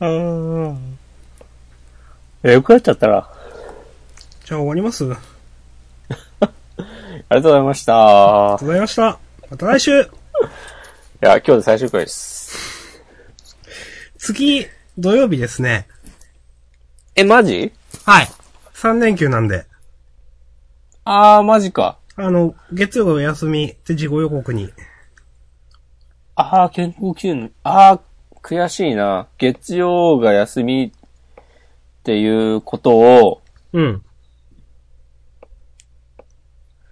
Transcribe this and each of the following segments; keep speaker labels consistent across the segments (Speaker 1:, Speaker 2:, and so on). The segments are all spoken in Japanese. Speaker 1: うん。いや、よくなっちゃったら。
Speaker 2: じゃあ終わります。あり
Speaker 1: ありがとうございました。
Speaker 2: がとうございました。また来週
Speaker 1: いや、今日で最終回です。
Speaker 2: 次、土曜日ですね。
Speaker 1: え、マジ
Speaker 2: はい。3連休なんで。
Speaker 1: あー、マジか。
Speaker 2: あの、月曜がお休みって事後予告に。
Speaker 1: あー、健康記念。あー、悔しいな。月曜が休みっていうことを、
Speaker 2: うん。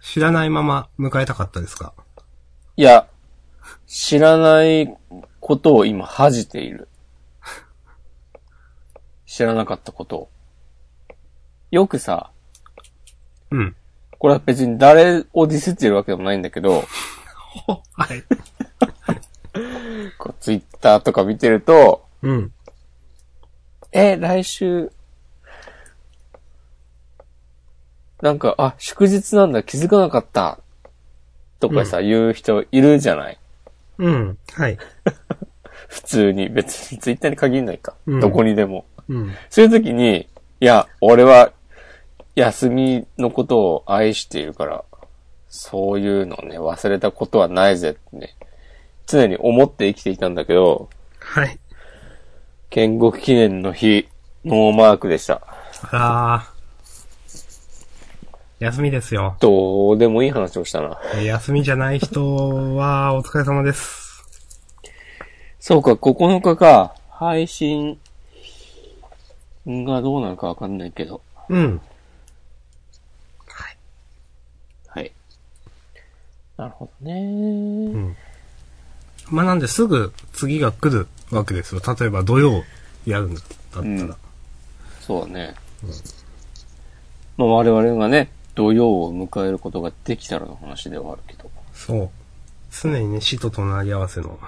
Speaker 2: 知らないまま迎えたかったですか
Speaker 1: いや、知らないことを今恥じている。知らなかったことを。よくさ、
Speaker 2: うん。
Speaker 1: これは別に誰をディスってるわけでもないんだけど、
Speaker 2: はい。
Speaker 1: こうツイッターとか見てると、
Speaker 2: うん。
Speaker 1: え、来週、なんか、あ、祝日なんだ、気づかなかった、とかさ、言う人いるじゃない
Speaker 2: うん。はい。
Speaker 1: 普通に、別にツイッターに限らないか。
Speaker 2: うん
Speaker 1: どこにでも。
Speaker 2: うん。
Speaker 1: そういう時に、いや、俺は、休みのことを愛しているから、そういうのをね、忘れたことはないぜってね、常に思って生きてきたんだけど、
Speaker 2: はい。
Speaker 1: 建国記念の日、ノーマークでした。
Speaker 2: あらー。休みですよ。
Speaker 1: どうでもいい話をしたな。
Speaker 2: え休みじゃない人は、お疲れ様です。
Speaker 1: そうか、9日か、配信がどうなるかわかんないけど。
Speaker 2: うん。
Speaker 1: はい。なるほど
Speaker 2: う
Speaker 1: ね。
Speaker 2: ん。まあ、なんで、すぐ次が来るわけですよ。例えば、土曜やるんだったら。
Speaker 1: うんそうだね。まあ我々がね、土曜を迎えることができたらの話ではあるけど。
Speaker 2: そう。常にね、死と隣り合わせの。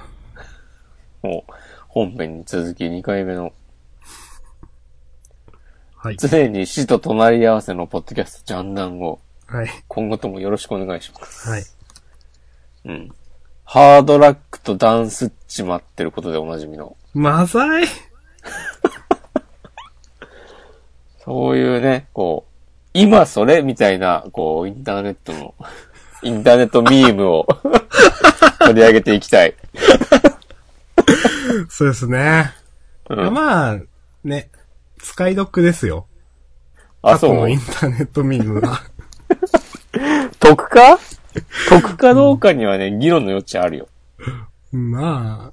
Speaker 1: もう、本編に続き2回目の、
Speaker 2: はい。
Speaker 1: 常に死と隣り合わせのポッドキャストジャンダンを、
Speaker 2: はい。
Speaker 1: 今後ともよろしくお願いします。
Speaker 2: はい。
Speaker 1: うん。ハードラックとダンスっちまってることでおなじみの。
Speaker 2: マザイ
Speaker 1: そういうね、こう、今それみたいな、こう、インターネッ トの、インターネットミームを 取り上げていきたい。
Speaker 2: そうですね。
Speaker 1: うん、
Speaker 2: まあ、ね、使い得ですよ。
Speaker 1: あ、そ
Speaker 2: 過去の
Speaker 1: う
Speaker 2: イン。ターネットミーム は。
Speaker 1: 得か得かどうかにはね、議論の余地あるよ。
Speaker 2: まあ、ま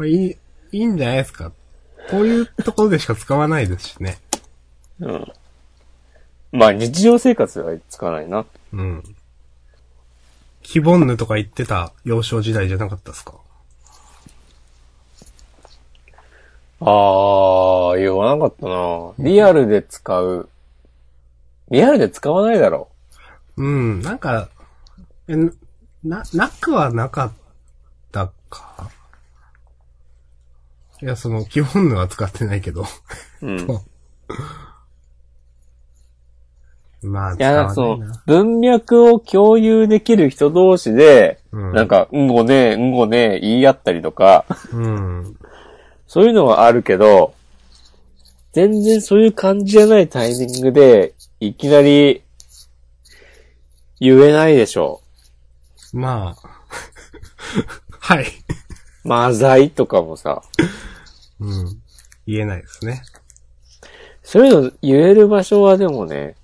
Speaker 2: あ、いい、いいんじゃないですか。こういうところでしか使わないですしね。
Speaker 1: うん。まあ、日常生活ではつかないな。
Speaker 2: うん。キボンヌとか言ってた幼少時代じゃなかったですか
Speaker 1: あー、言わなかったなリアルで使う。リアルで使わないだろ
Speaker 2: うん、なんか、え、な、なくはなかったか。いや、その、キボンヌは使ってないけど。
Speaker 1: う。うん。
Speaker 2: まあ、
Speaker 1: い
Speaker 2: 使
Speaker 1: や、なん
Speaker 2: わ
Speaker 1: か
Speaker 2: な
Speaker 1: そ
Speaker 2: い
Speaker 1: の
Speaker 2: な。、
Speaker 1: 文脈を共有できる人同士で、
Speaker 2: うん
Speaker 1: なんか、うんごねえ、うんごねえ、言い合ったりとか、
Speaker 2: うん。
Speaker 1: そういうのはあるけど、全然そういう感じじゃないタイミングで、いきなり、言えないでしょ
Speaker 2: まあ。 はい。
Speaker 1: う。マザイとかもさ、
Speaker 2: うん。言えないですね。
Speaker 1: そういうの言える場所はでもね、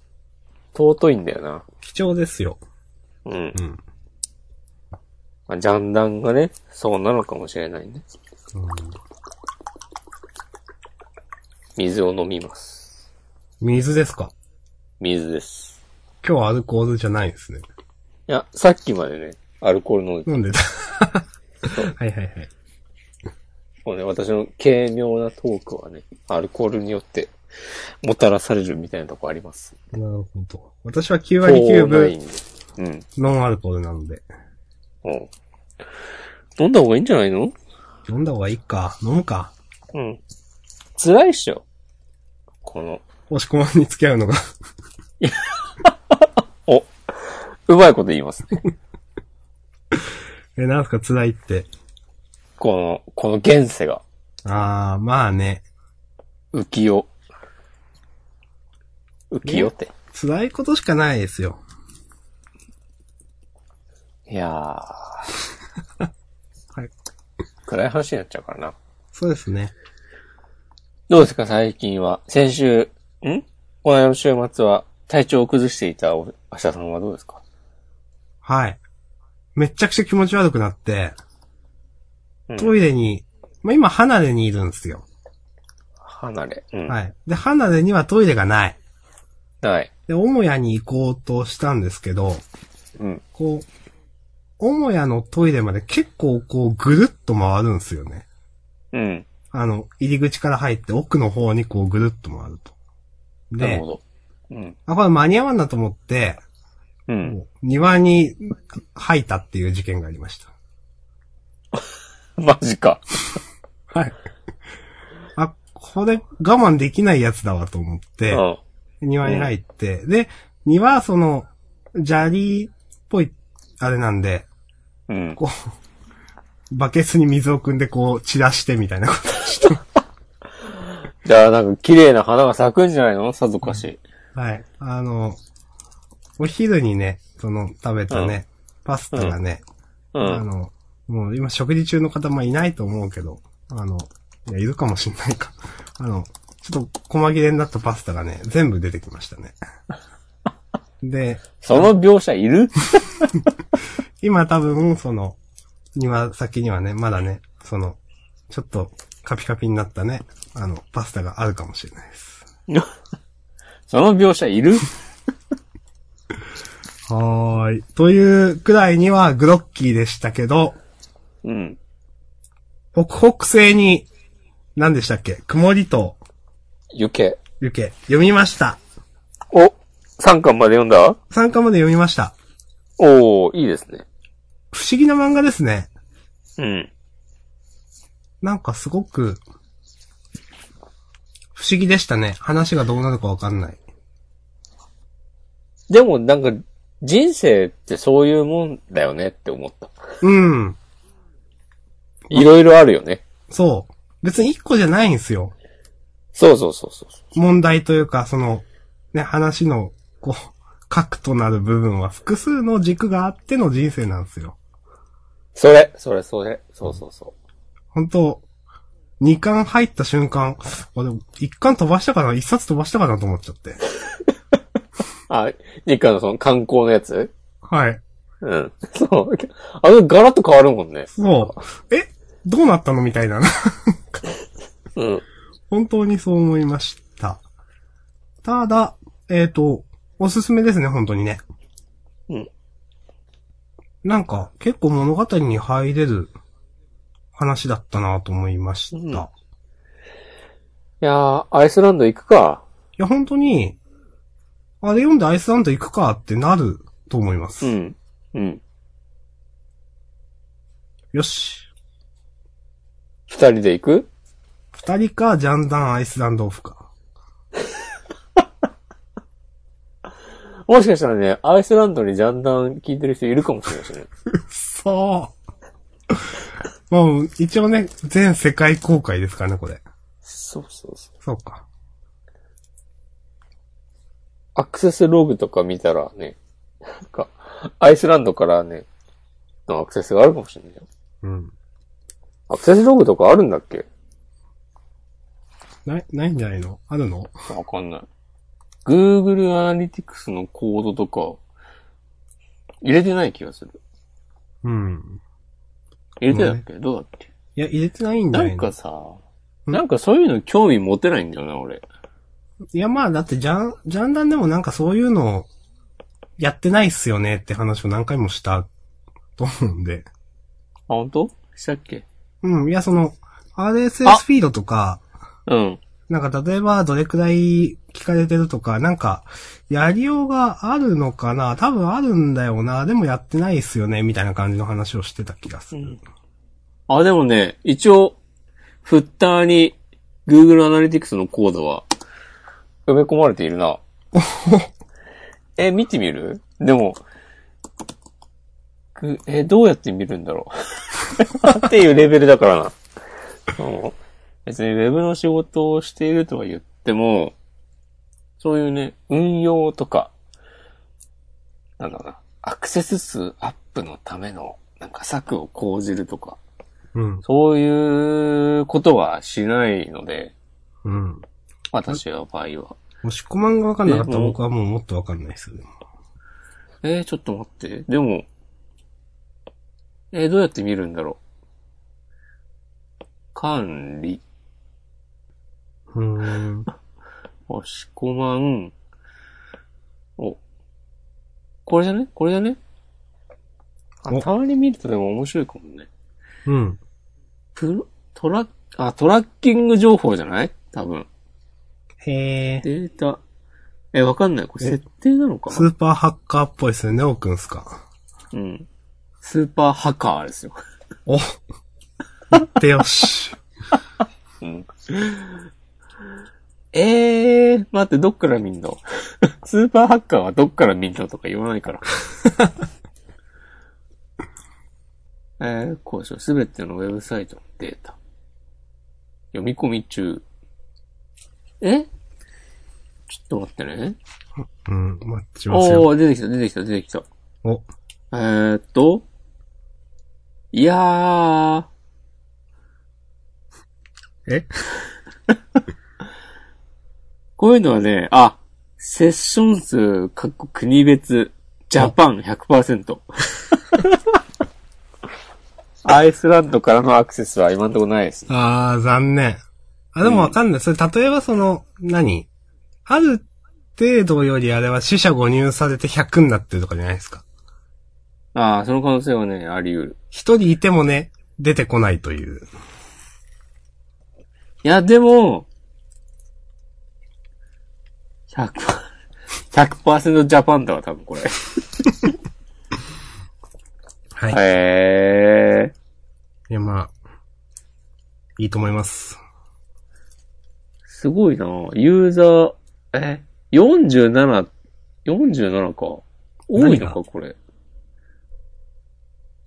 Speaker 1: 尊いんだよな。
Speaker 2: 貴重ですよ。
Speaker 1: うん。
Speaker 2: うん。
Speaker 1: まあ、ジャンダンがね、そうなのかもしれないね。
Speaker 2: うん、
Speaker 1: 水を飲みます。
Speaker 2: 水ですか
Speaker 1: 水です。
Speaker 2: 今日はアルコールじゃないですね。
Speaker 1: いや、さっきまでね、アルコール飲んで
Speaker 2: 飲んでた。 はいはいはい。
Speaker 1: そうね、私の軽妙なトークはね、アルコールによってもたらされるみたいなとこあります。
Speaker 2: なるほど。私は9割9
Speaker 1: フォーナ
Speaker 2: 分
Speaker 1: インでうん。
Speaker 2: ノンアルコールなので。
Speaker 1: うん。飲んだ方がいいんじゃないの
Speaker 2: 飲んだ方がいいか。飲むか。
Speaker 1: うん。辛いっしょ。この、
Speaker 2: 押し込まんに付き合うのが。
Speaker 1: お、うまいこと言いますね。
Speaker 2: え、なんすか辛いって。
Speaker 1: この、この現世が。
Speaker 2: ああ、まあね。
Speaker 1: 浮世。浮世って。
Speaker 2: 辛いことしかないですよ。
Speaker 1: いやー、
Speaker 2: はい。
Speaker 1: 暗い話になっちゃうからな。
Speaker 2: そうですね。
Speaker 1: どうですか、最近は。先週、んこの間の週末は、体調を崩していたお明日さんはどうですか
Speaker 2: はい。めっちゃくちゃ気持ち悪くなって、
Speaker 1: うん
Speaker 2: トイレに、まあ今離れにいるんですよ。
Speaker 1: 離れ。うん。
Speaker 2: はい。で、離れにはトイレがない。
Speaker 1: ない。
Speaker 2: で、母屋に行こうとしたんですけど、
Speaker 1: うん。
Speaker 2: こう、母屋のトイレまで結構こうぐるっと回るんですよね。
Speaker 1: うん。
Speaker 2: あの、入り口から入って奥の方にこうぐるっと回ると。
Speaker 1: なる
Speaker 2: で
Speaker 1: ほ、ど。うん。
Speaker 2: あ、これ間に合わんなと思って、
Speaker 1: うん。
Speaker 2: 庭に吐いたっていう事件がありました。
Speaker 1: マジか。
Speaker 2: はい。あ、これ我慢できないやつだわと思っ
Speaker 1: う
Speaker 2: て、
Speaker 1: ん。
Speaker 2: 庭に入って、で、庭はその、砂利っぽい、あれなんで、
Speaker 1: うん。
Speaker 2: こう、バケツに水を汲んでこう散らしてみたいな ことをした。
Speaker 1: じゃあ、なんか、綺麗な花が咲くんじゃないのさぞかし。
Speaker 2: はい。あの、お昼にね、その食べたね、パスタがね、
Speaker 1: う
Speaker 2: あ
Speaker 1: ん。
Speaker 2: の、もう今食事中の方もいないと思うけど、あの、いや、いるかもしんないか。 あの、ちょっと細切れになったパスタがね、全部出てきました ね。で、
Speaker 1: その描写いる
Speaker 2: 今多分、その、庭先にはね、まだね、その、ちょっとカピカピになったね、あの、パスタがあるかもしれないです。
Speaker 1: その描写いる
Speaker 2: はーい。というくらいにはグロッキーでしたけど、
Speaker 1: うん。
Speaker 2: 北北西に、何でしたっけ曇りと
Speaker 1: ゆけ。
Speaker 2: 行け。読みました。
Speaker 1: お !3 巻まで読んだ
Speaker 2: 参加まで読みました。
Speaker 1: おー、いいですね。
Speaker 2: 不思議な漫画ですね。
Speaker 1: うん。
Speaker 2: なんかすごく、不思議でしたね。話がどうなるかわかんない。
Speaker 1: でも、なんか、人生ってそういうもんだよねって思った。
Speaker 2: うん。
Speaker 1: いろいろあるよね。
Speaker 2: そう。別に一個じゃないんですよ。
Speaker 1: そうそうそうそう。
Speaker 2: 問題というか、その、ね、話の、こう、核となる部分は複数の軸があっての人生なんですよ。
Speaker 1: それ、それ、それ、そうそうそ
Speaker 2: 本当二巻入った瞬間、あ、でも、一巻飛ばしたかな一冊飛ばしたかなと思っちゃって。
Speaker 1: う。あ、日韓のその観光のやつ
Speaker 2: はい。
Speaker 1: うん。そう。あの、ガラッと変わるもんね。
Speaker 2: そう。えどうなったのみたいな。
Speaker 1: うん。
Speaker 2: 本当にそう思いました。ただ、えっ、と、おすすめですね、本当にね。
Speaker 1: うん。
Speaker 2: なんか、結構物語に入れる話だったなと思いました。
Speaker 1: うん
Speaker 2: い
Speaker 1: いやー、アイスランド行くか。
Speaker 2: や、本当に、あれ読んでアイスランド行くかってなると思います。
Speaker 1: うん。うん。
Speaker 2: よし。
Speaker 1: 二人で行く
Speaker 2: 二人か、ジャンダンアイスランドオフか。
Speaker 1: もしかしたらね、アイスランドにジャンダン聞いてる人いるかもしれないしね。
Speaker 2: そう。 まあ、一応ね、全世界公開ですからね、これ。
Speaker 1: そうそうそう。
Speaker 2: そうか。
Speaker 1: アクセスログとか見たらね、なんか、アイスランドからね、のアクセスがあるかもしれないよ。
Speaker 2: うん。
Speaker 1: アクセスログとかあるんだっけ
Speaker 2: ない、ないんじゃないのあるの
Speaker 1: わかんない。Google Analytics のコードとか、入れてない気がする。
Speaker 2: うん。
Speaker 1: 入れてたっけ、どうだっけ
Speaker 2: いや、入れてないんじゃ
Speaker 1: な
Speaker 2: ない
Speaker 1: ん
Speaker 2: の
Speaker 1: かさ、
Speaker 2: うん
Speaker 1: なんかそういうの興味持てないんだよな、俺。
Speaker 2: いや、まあ、だって、ジャン、ジャンダンでもなんかそういうのを、やってないっすよねって話を何回もした、と思うんで。
Speaker 1: あ、本当？したっけ
Speaker 2: うん、いや、その、RSS
Speaker 1: あ
Speaker 2: フィードとか、
Speaker 1: うん。
Speaker 2: なんか例えばどれくらい聞かれてるとか、なんか、やりようがあるのかな多分あるんだよなでもやってないっすよねみたいな感じの話をしてた気がする。
Speaker 1: あ、でもね、一応、フッターに Google Analytics のコードは埋め込まれている な。え、見てみるでも、ぐ え、どうやって見るんだろうっていうレベルだからな。あの別にウェブの仕事をしているとは言っても、そういうね、運用とか、なんだろうな、アクセス数アップのための、なんか策を講じるとか、
Speaker 2: うん。
Speaker 1: そういうことはしないので、
Speaker 2: うん。
Speaker 1: 私の場合は。
Speaker 2: 押し込まんがわかんなかった
Speaker 1: で
Speaker 2: ら
Speaker 1: も
Speaker 2: 僕はもうもっとわかんないですよ。
Speaker 1: えー、ちょっと待って。でも、えー、どうやって見るんだろう。管理、
Speaker 2: うーん。
Speaker 1: 押し込まん。お。これじゃねこれじゃねあ
Speaker 2: お
Speaker 1: たまに見るとでも面白いかもね。
Speaker 2: うん。
Speaker 1: プロ、トラッ、あ、トラッキング情報じゃない多分。
Speaker 2: へえ。
Speaker 1: データ。え、わかんない。これ設定なのか
Speaker 2: ス
Speaker 1: な
Speaker 2: ーパーハッカーっぽいですね、ネオくんっすか。
Speaker 1: うん。スーパーハッカーですよ。
Speaker 2: お言ってよし。
Speaker 1: うん。 えー、待って、どっから見んの スーパーハッカーはどっから見んのとか言わないから。 えー、こうでしょ。すべてのウェブサイトのデータ。読み込み中。えちょっと待ってね。
Speaker 2: うん、待ちますよ。
Speaker 1: おー、出てきた、出てきた、出てきた。
Speaker 2: お、
Speaker 1: えー、っと。いやー。
Speaker 2: え
Speaker 1: こういうのはね、あ、セッション数、かっこ国別、ジャパン100%。アイスランドからのアクセスは今んとこないですね。
Speaker 2: あー、残念。あ、でもわかんない。それ、例えばその、何ある程度よりあれは死者誤入されて100になってるとかじゃないですか。
Speaker 1: ああ、その可能性はね、あり得る。
Speaker 2: 一人いてもね、出てこないという。
Speaker 1: いや、でも、100%、100%ジャパンだわ、多分これ。
Speaker 2: はい。い、
Speaker 1: へえ。
Speaker 2: や、まあ、いいと思います。
Speaker 1: すごいなユーザー、え、47、47か。多いの
Speaker 2: 何
Speaker 1: か、これ。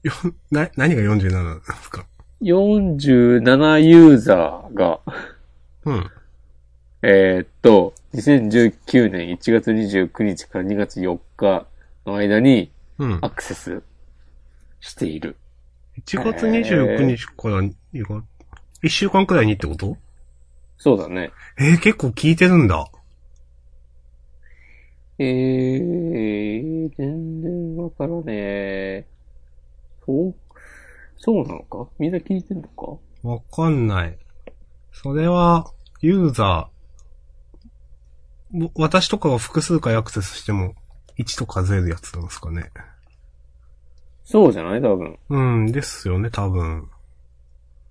Speaker 2: よ、な、何が47なんですか
Speaker 1: 47ユーザーが、
Speaker 2: うん。
Speaker 1: えーっと、2019年1月29日から2月4日の間に
Speaker 2: うん。
Speaker 1: アクセスしている。
Speaker 2: 1月29日から2月、1週間くらいにってこと
Speaker 1: そうだね。
Speaker 2: えー、結構聞いてるんだ。
Speaker 1: えー、全然わからねえ。そうそうなのかみんな聞いてんのか
Speaker 2: わかんない。それは、ユーザー、ぼ私とかが複数回アクセスしても、1と数えるやつなんですかね。
Speaker 1: そうじゃない多分。
Speaker 2: うん、ですよね、多分。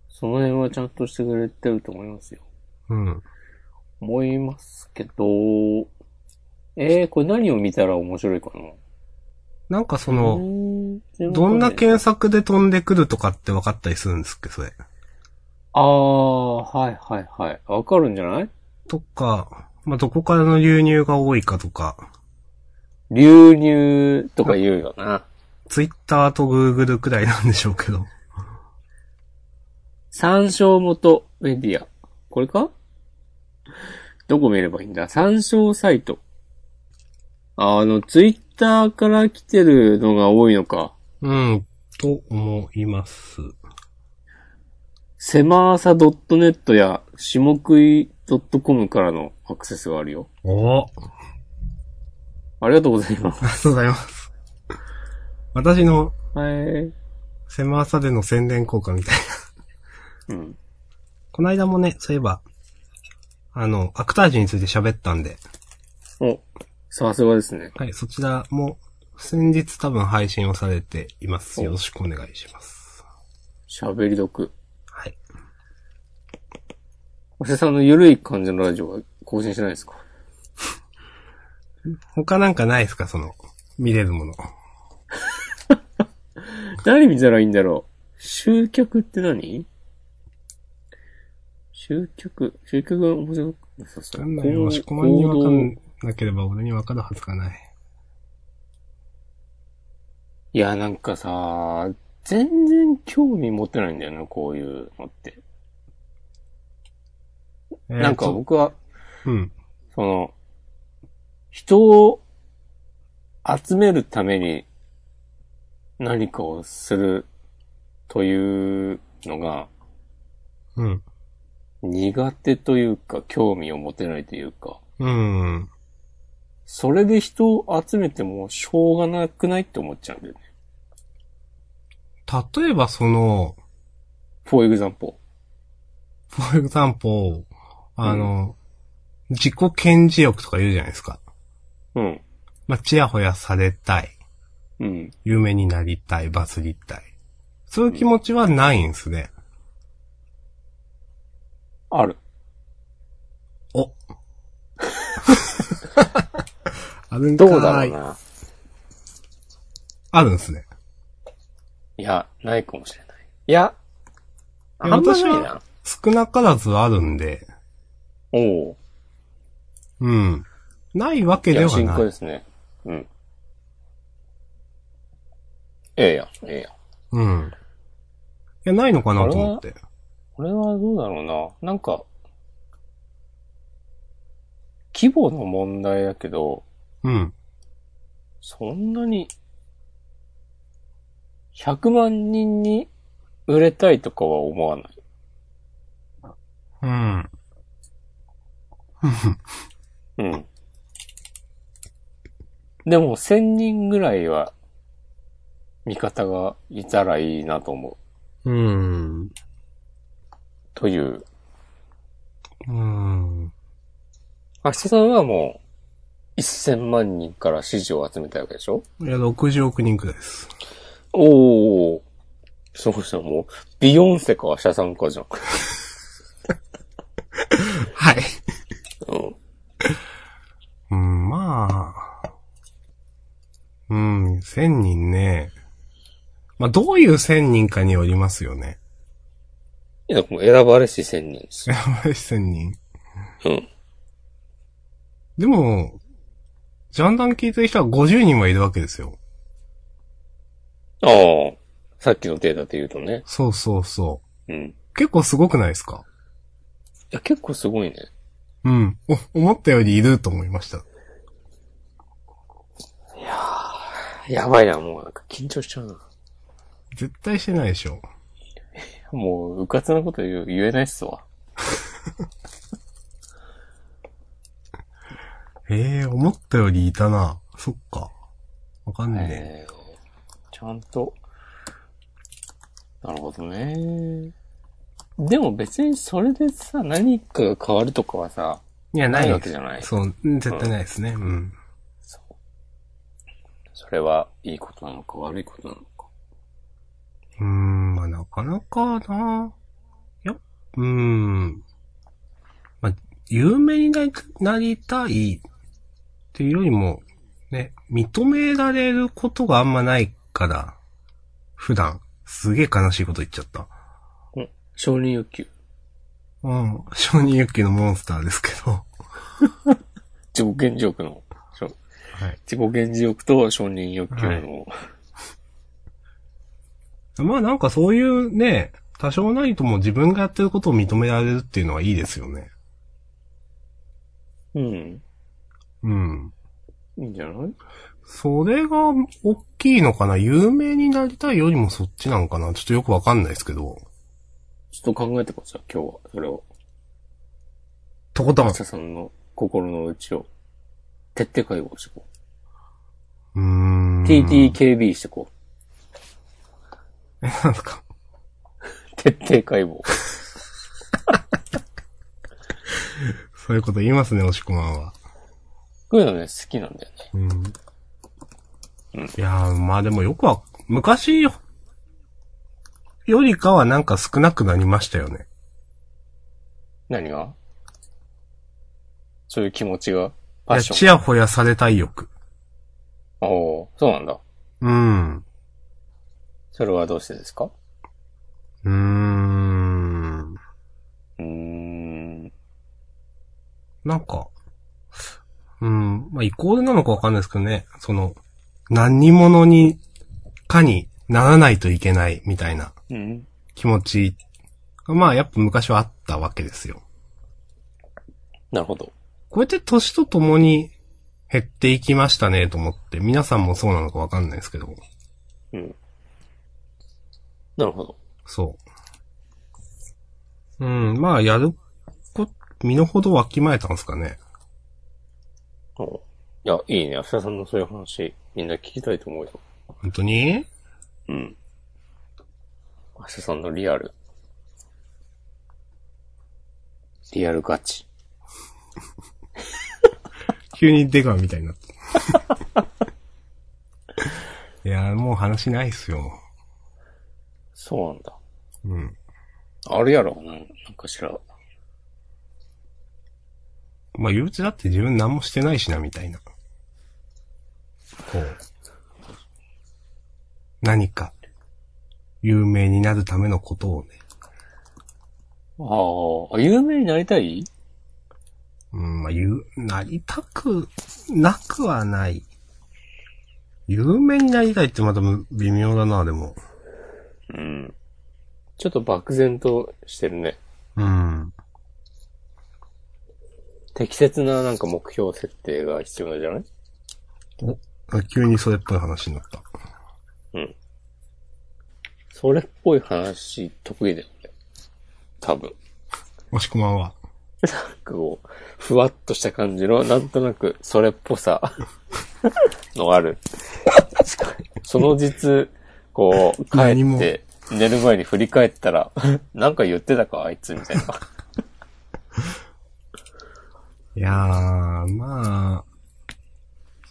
Speaker 1: その辺はちゃんとしてくれてると思いますよ。
Speaker 2: うん。
Speaker 1: 思いますけど、えー、これ何を見たら面白いか
Speaker 2: な
Speaker 1: な
Speaker 2: んかそ
Speaker 1: え
Speaker 2: の、
Speaker 1: ー全然わかんない
Speaker 2: どんな検索で飛んでくるとかって分かったりするんですっけ、それ。
Speaker 1: ああ、はいはいはい。わかるんじゃない
Speaker 2: とか、まあ、どこからの流入が多いかとか、
Speaker 1: 流入とか言うよな。
Speaker 2: ツイッターとグーグルくらいなんでしょうけど。
Speaker 1: 参照元メディア。これかどこ見ればいいんだ参照サイト。ああの、ツイッターから来てるのが多いのか。
Speaker 2: うん、と思います。
Speaker 1: 狭さ .net や下食い .com からのアクセスがあるよ。
Speaker 2: おあ
Speaker 1: ありがとうございます。
Speaker 2: りがとうございます。私の
Speaker 1: はい。
Speaker 2: 狭さでの宣伝効果みたいな。
Speaker 1: うん。
Speaker 2: この間もね、そういえば、あの、アクタージュについて喋ったんで、
Speaker 1: お、さすがですね。
Speaker 2: はい、そちらも先日多分配信をされています。よろしくお願いします。
Speaker 1: 喋り得。
Speaker 2: はい。
Speaker 1: おせさんの緩い感じのラジオは更新してないですか
Speaker 2: 他なんかないですかその、見れるもの。
Speaker 1: 何見たらいいんだろう集客って何集客、集客が面白くなさそ
Speaker 2: な
Speaker 1: う。
Speaker 2: んな
Speaker 1: 行
Speaker 2: よ、押し込まんにわか
Speaker 1: 動
Speaker 2: ん
Speaker 1: い
Speaker 2: なければ俺にわかるはずがない。
Speaker 1: や、なんかさ、全然興味持ってないんだよな、こういうのって。
Speaker 2: えー
Speaker 1: なんか
Speaker 2: ちょ
Speaker 1: 僕は、
Speaker 2: うん。
Speaker 1: その、人を集めるために何かをするというのが
Speaker 2: うん。
Speaker 1: 苦手というか興味を持てないというか、
Speaker 2: うん。
Speaker 1: それで人を集めてもしょうがなくないって思っちゃうんだよね。
Speaker 2: 例えばその、
Speaker 1: for example.
Speaker 2: for example, あの、自己顕示欲とか言うじゃないですか。
Speaker 1: うん。
Speaker 2: まあ、ちやほやされたい。
Speaker 1: うん。
Speaker 2: 有名になりたい。バズりたい。そういう気持ちはないんですね。
Speaker 1: ある。
Speaker 2: お。あるんか
Speaker 1: ど
Speaker 2: ーいう
Speaker 1: だろうな。
Speaker 2: あるんですね。
Speaker 1: いや、ないかもしれない。いや、
Speaker 2: いや
Speaker 1: あんまない
Speaker 2: 私
Speaker 1: な
Speaker 2: は。少なからずあるんで、
Speaker 1: おお
Speaker 2: うん。ないわ
Speaker 1: う。
Speaker 2: け
Speaker 1: い
Speaker 2: で
Speaker 1: や、
Speaker 2: は
Speaker 1: 深
Speaker 2: な
Speaker 1: 刻
Speaker 2: い。
Speaker 1: ですね。うん。ええやん、ええや
Speaker 2: う
Speaker 1: ん。
Speaker 2: ん。いや、ないのかなと思って。
Speaker 1: これはどうだろうな。なんか、規模の問題だけど、
Speaker 2: うん。
Speaker 1: そんなに、100万人に売れたいとかは思わない。
Speaker 2: うん。
Speaker 1: うん。でも、1000人ぐらいは、味方がいたらいいなと思う。
Speaker 2: うん。
Speaker 1: という。
Speaker 2: うん。
Speaker 1: 明日さんはもう、1000万人から支持を集めたいわけでしょ
Speaker 2: いや、60億人くらいです。
Speaker 1: おお。そうしたらもう、ビヨンセか、シャさんかじゃん。
Speaker 2: はい。
Speaker 1: う
Speaker 2: う
Speaker 1: ん。
Speaker 2: ん、まあ。うん、1000人ね。まあ、どういう1000人かによりますよね。
Speaker 1: いや、もう選ばれし1000人です
Speaker 2: や。ばい、1000人。
Speaker 1: うん。
Speaker 2: でも、ジャンダン聞いてる人は50人はいるわけですよ。
Speaker 1: ああ。さっきのデータで言うとね。
Speaker 2: そうそうそ。
Speaker 1: うん。いう
Speaker 2: 結構すごくないですか
Speaker 1: や、結構すごいね。
Speaker 2: うん。お思ったよりいると思いました。
Speaker 1: やばいな、もうなんか緊張しちゃうな。
Speaker 2: 絶対してないでしょ。
Speaker 1: もう、うかつなこと言う言えないっすわ。
Speaker 2: ええ思ったよりいたな。そっか。わかんね
Speaker 1: えーちゃんと。なるほどね。でも別にそれでさ、何かが変わるとかはさ、
Speaker 2: え。いや、
Speaker 1: ないわけじゃない。
Speaker 2: そう、うん絶対ないですね。うん。
Speaker 1: そうそれはいいことなのか悪いことなのか。
Speaker 2: うーん、まあ、なかなかな。いや、うーん。まあ、有名になりなりたいっていうよりも、ね、認められることがあんまないから、普段、すげえ悲しいこと言っちゃった。
Speaker 1: 承認欲求。
Speaker 2: うん。承認欲求のモンスターですけど。
Speaker 1: 自己顕示欲の、承
Speaker 2: はい。
Speaker 1: 自己顕示欲と承認欲求の、
Speaker 2: まあなんかそういうね、多少なりとも自分がやってることを認められるっていうのはいいですよね。
Speaker 1: うん。
Speaker 2: うん。
Speaker 1: いいんじゃない
Speaker 2: それが大きいのかな有名になりたいよりもそっちなのかなちょっとよくわかんないですけど。
Speaker 1: ちょっと考えてください、今日は。それを。
Speaker 2: とことん
Speaker 1: あ。ささんの心の内を。徹底解剖してこ
Speaker 2: うーん。
Speaker 1: う。。TTKB してこう。
Speaker 2: なんですか。
Speaker 1: 徹底解剖。
Speaker 2: そういうこと言いますね、おしこまんは。
Speaker 1: こういうのね、好きなんだよね。
Speaker 2: うん。
Speaker 1: うん
Speaker 2: いやー、まあでもよくは、昔よりかはなんか少なくなりましたよね。
Speaker 1: 何がそういう気持ちが
Speaker 2: い
Speaker 1: パッ
Speaker 2: や、
Speaker 1: シ
Speaker 2: ち
Speaker 1: ョン。
Speaker 2: やほやされたい欲。
Speaker 1: おおーそうなんだ。
Speaker 2: うん。
Speaker 1: それはどうしてですか
Speaker 2: うーん。
Speaker 1: うーん。
Speaker 2: なんか、うん、まあ、イコールなのかわかんないですけどね、その、何者に、かにならないといけないみたいな
Speaker 1: うん。
Speaker 2: 気持ちが、まあ、やっぱ昔はあったわけですよ。
Speaker 1: なるほど。
Speaker 2: こうやって年とともに減っていきましたねと思って、皆さんもそうなのかわかんないですけど。
Speaker 1: うん。なるほど。
Speaker 2: そう。うん、まあ、やるこ、身の程わきまえたんですかね。
Speaker 1: おいや、いいね。明日さんのそういう話、みんな聞きたいと思うよ。
Speaker 2: 本当に
Speaker 1: うん。明日さんのリアル。リアルガチ。
Speaker 2: 急に出川みたいにな って。いや、もう話ないっすよ。
Speaker 1: そうなんだ。
Speaker 2: うん。
Speaker 1: あるやろな、なんかしら。
Speaker 2: まあ、ゆうちだって自分何もしてないしな、みたいな。こう。何か、有名になるためのことをね。
Speaker 1: ああ、有名になりたい
Speaker 2: うん、まあ、言う、なりたく、なくはない。有名になりたいってまたむ微妙だな、でも。
Speaker 1: うん。ちょっと漠然としてるね。
Speaker 2: うん。
Speaker 1: 適切ななんか目標設定が必要なんじゃない
Speaker 2: 急にそれっぽい話になった。
Speaker 1: うん。それっぽい話、得意だよね。多分。
Speaker 2: もしこまんは。
Speaker 1: なんかこう、ふわっとした感じの、なんとなく、それっぽさ、 のある。その実、こう、帰
Speaker 2: 何も
Speaker 1: って、寝る前に振り返ったら、なんか言ってたか、あいつ、みたいな。
Speaker 2: いやー、まあ、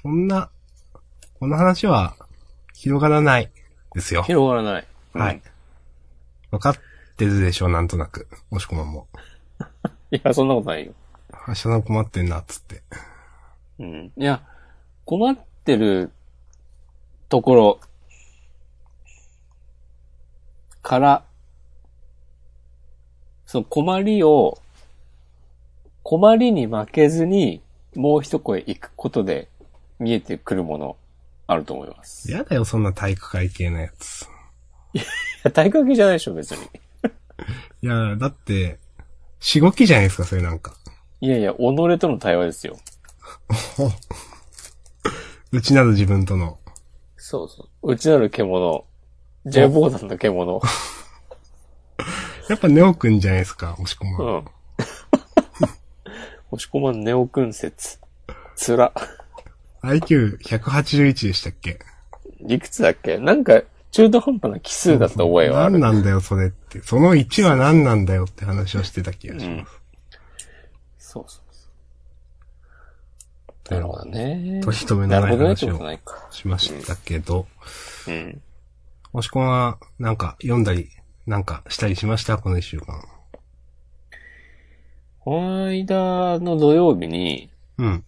Speaker 2: そんな、この話は、広がらない、ですよ。
Speaker 1: 広がらない。
Speaker 2: はい。わかってるでしょう、なんとなく。もしこまんも。
Speaker 1: いや、そんなことないよ。
Speaker 2: 明日の困ってんな、っつって。
Speaker 1: うん。いや、困ってるところから、その困りを、困りに負けずに、もう一声行くことで見えてくるものあると思います。 い
Speaker 2: やだよ、そんな体育会系のやつ。
Speaker 1: や、体格系じゃないでしょ、別に。
Speaker 2: いや、だって、しごきじゃないですか、それなんか。
Speaker 1: いやいや、己との対話ですよ。
Speaker 2: 内なる自分との。
Speaker 1: そうそう。内なる獣、J ボーダンの獣。
Speaker 2: やっぱネオくんじゃないですか、押し込
Speaker 1: う
Speaker 2: まん。
Speaker 1: ん。押し込まんネオくん説。つら。
Speaker 2: IQ181 でしたっけ
Speaker 1: いくつだっけなんか、中途半端な奇数だった覚えはあ
Speaker 2: 何
Speaker 1: る。
Speaker 2: なんだよ、それって。その1は何なんだよって話をしてた気がします。
Speaker 1: そうそうそう。なるほどね。
Speaker 2: 取り留め
Speaker 1: な
Speaker 2: の
Speaker 1: る
Speaker 2: ない
Speaker 1: ほどね、って
Speaker 2: 話
Speaker 1: ことな
Speaker 2: を
Speaker 1: いか。
Speaker 2: しましたけど、
Speaker 1: うん。
Speaker 2: 押し込まんはなんか読んだり、なんかしたりしました、この1週間。
Speaker 1: この間の土曜日に、
Speaker 2: うん。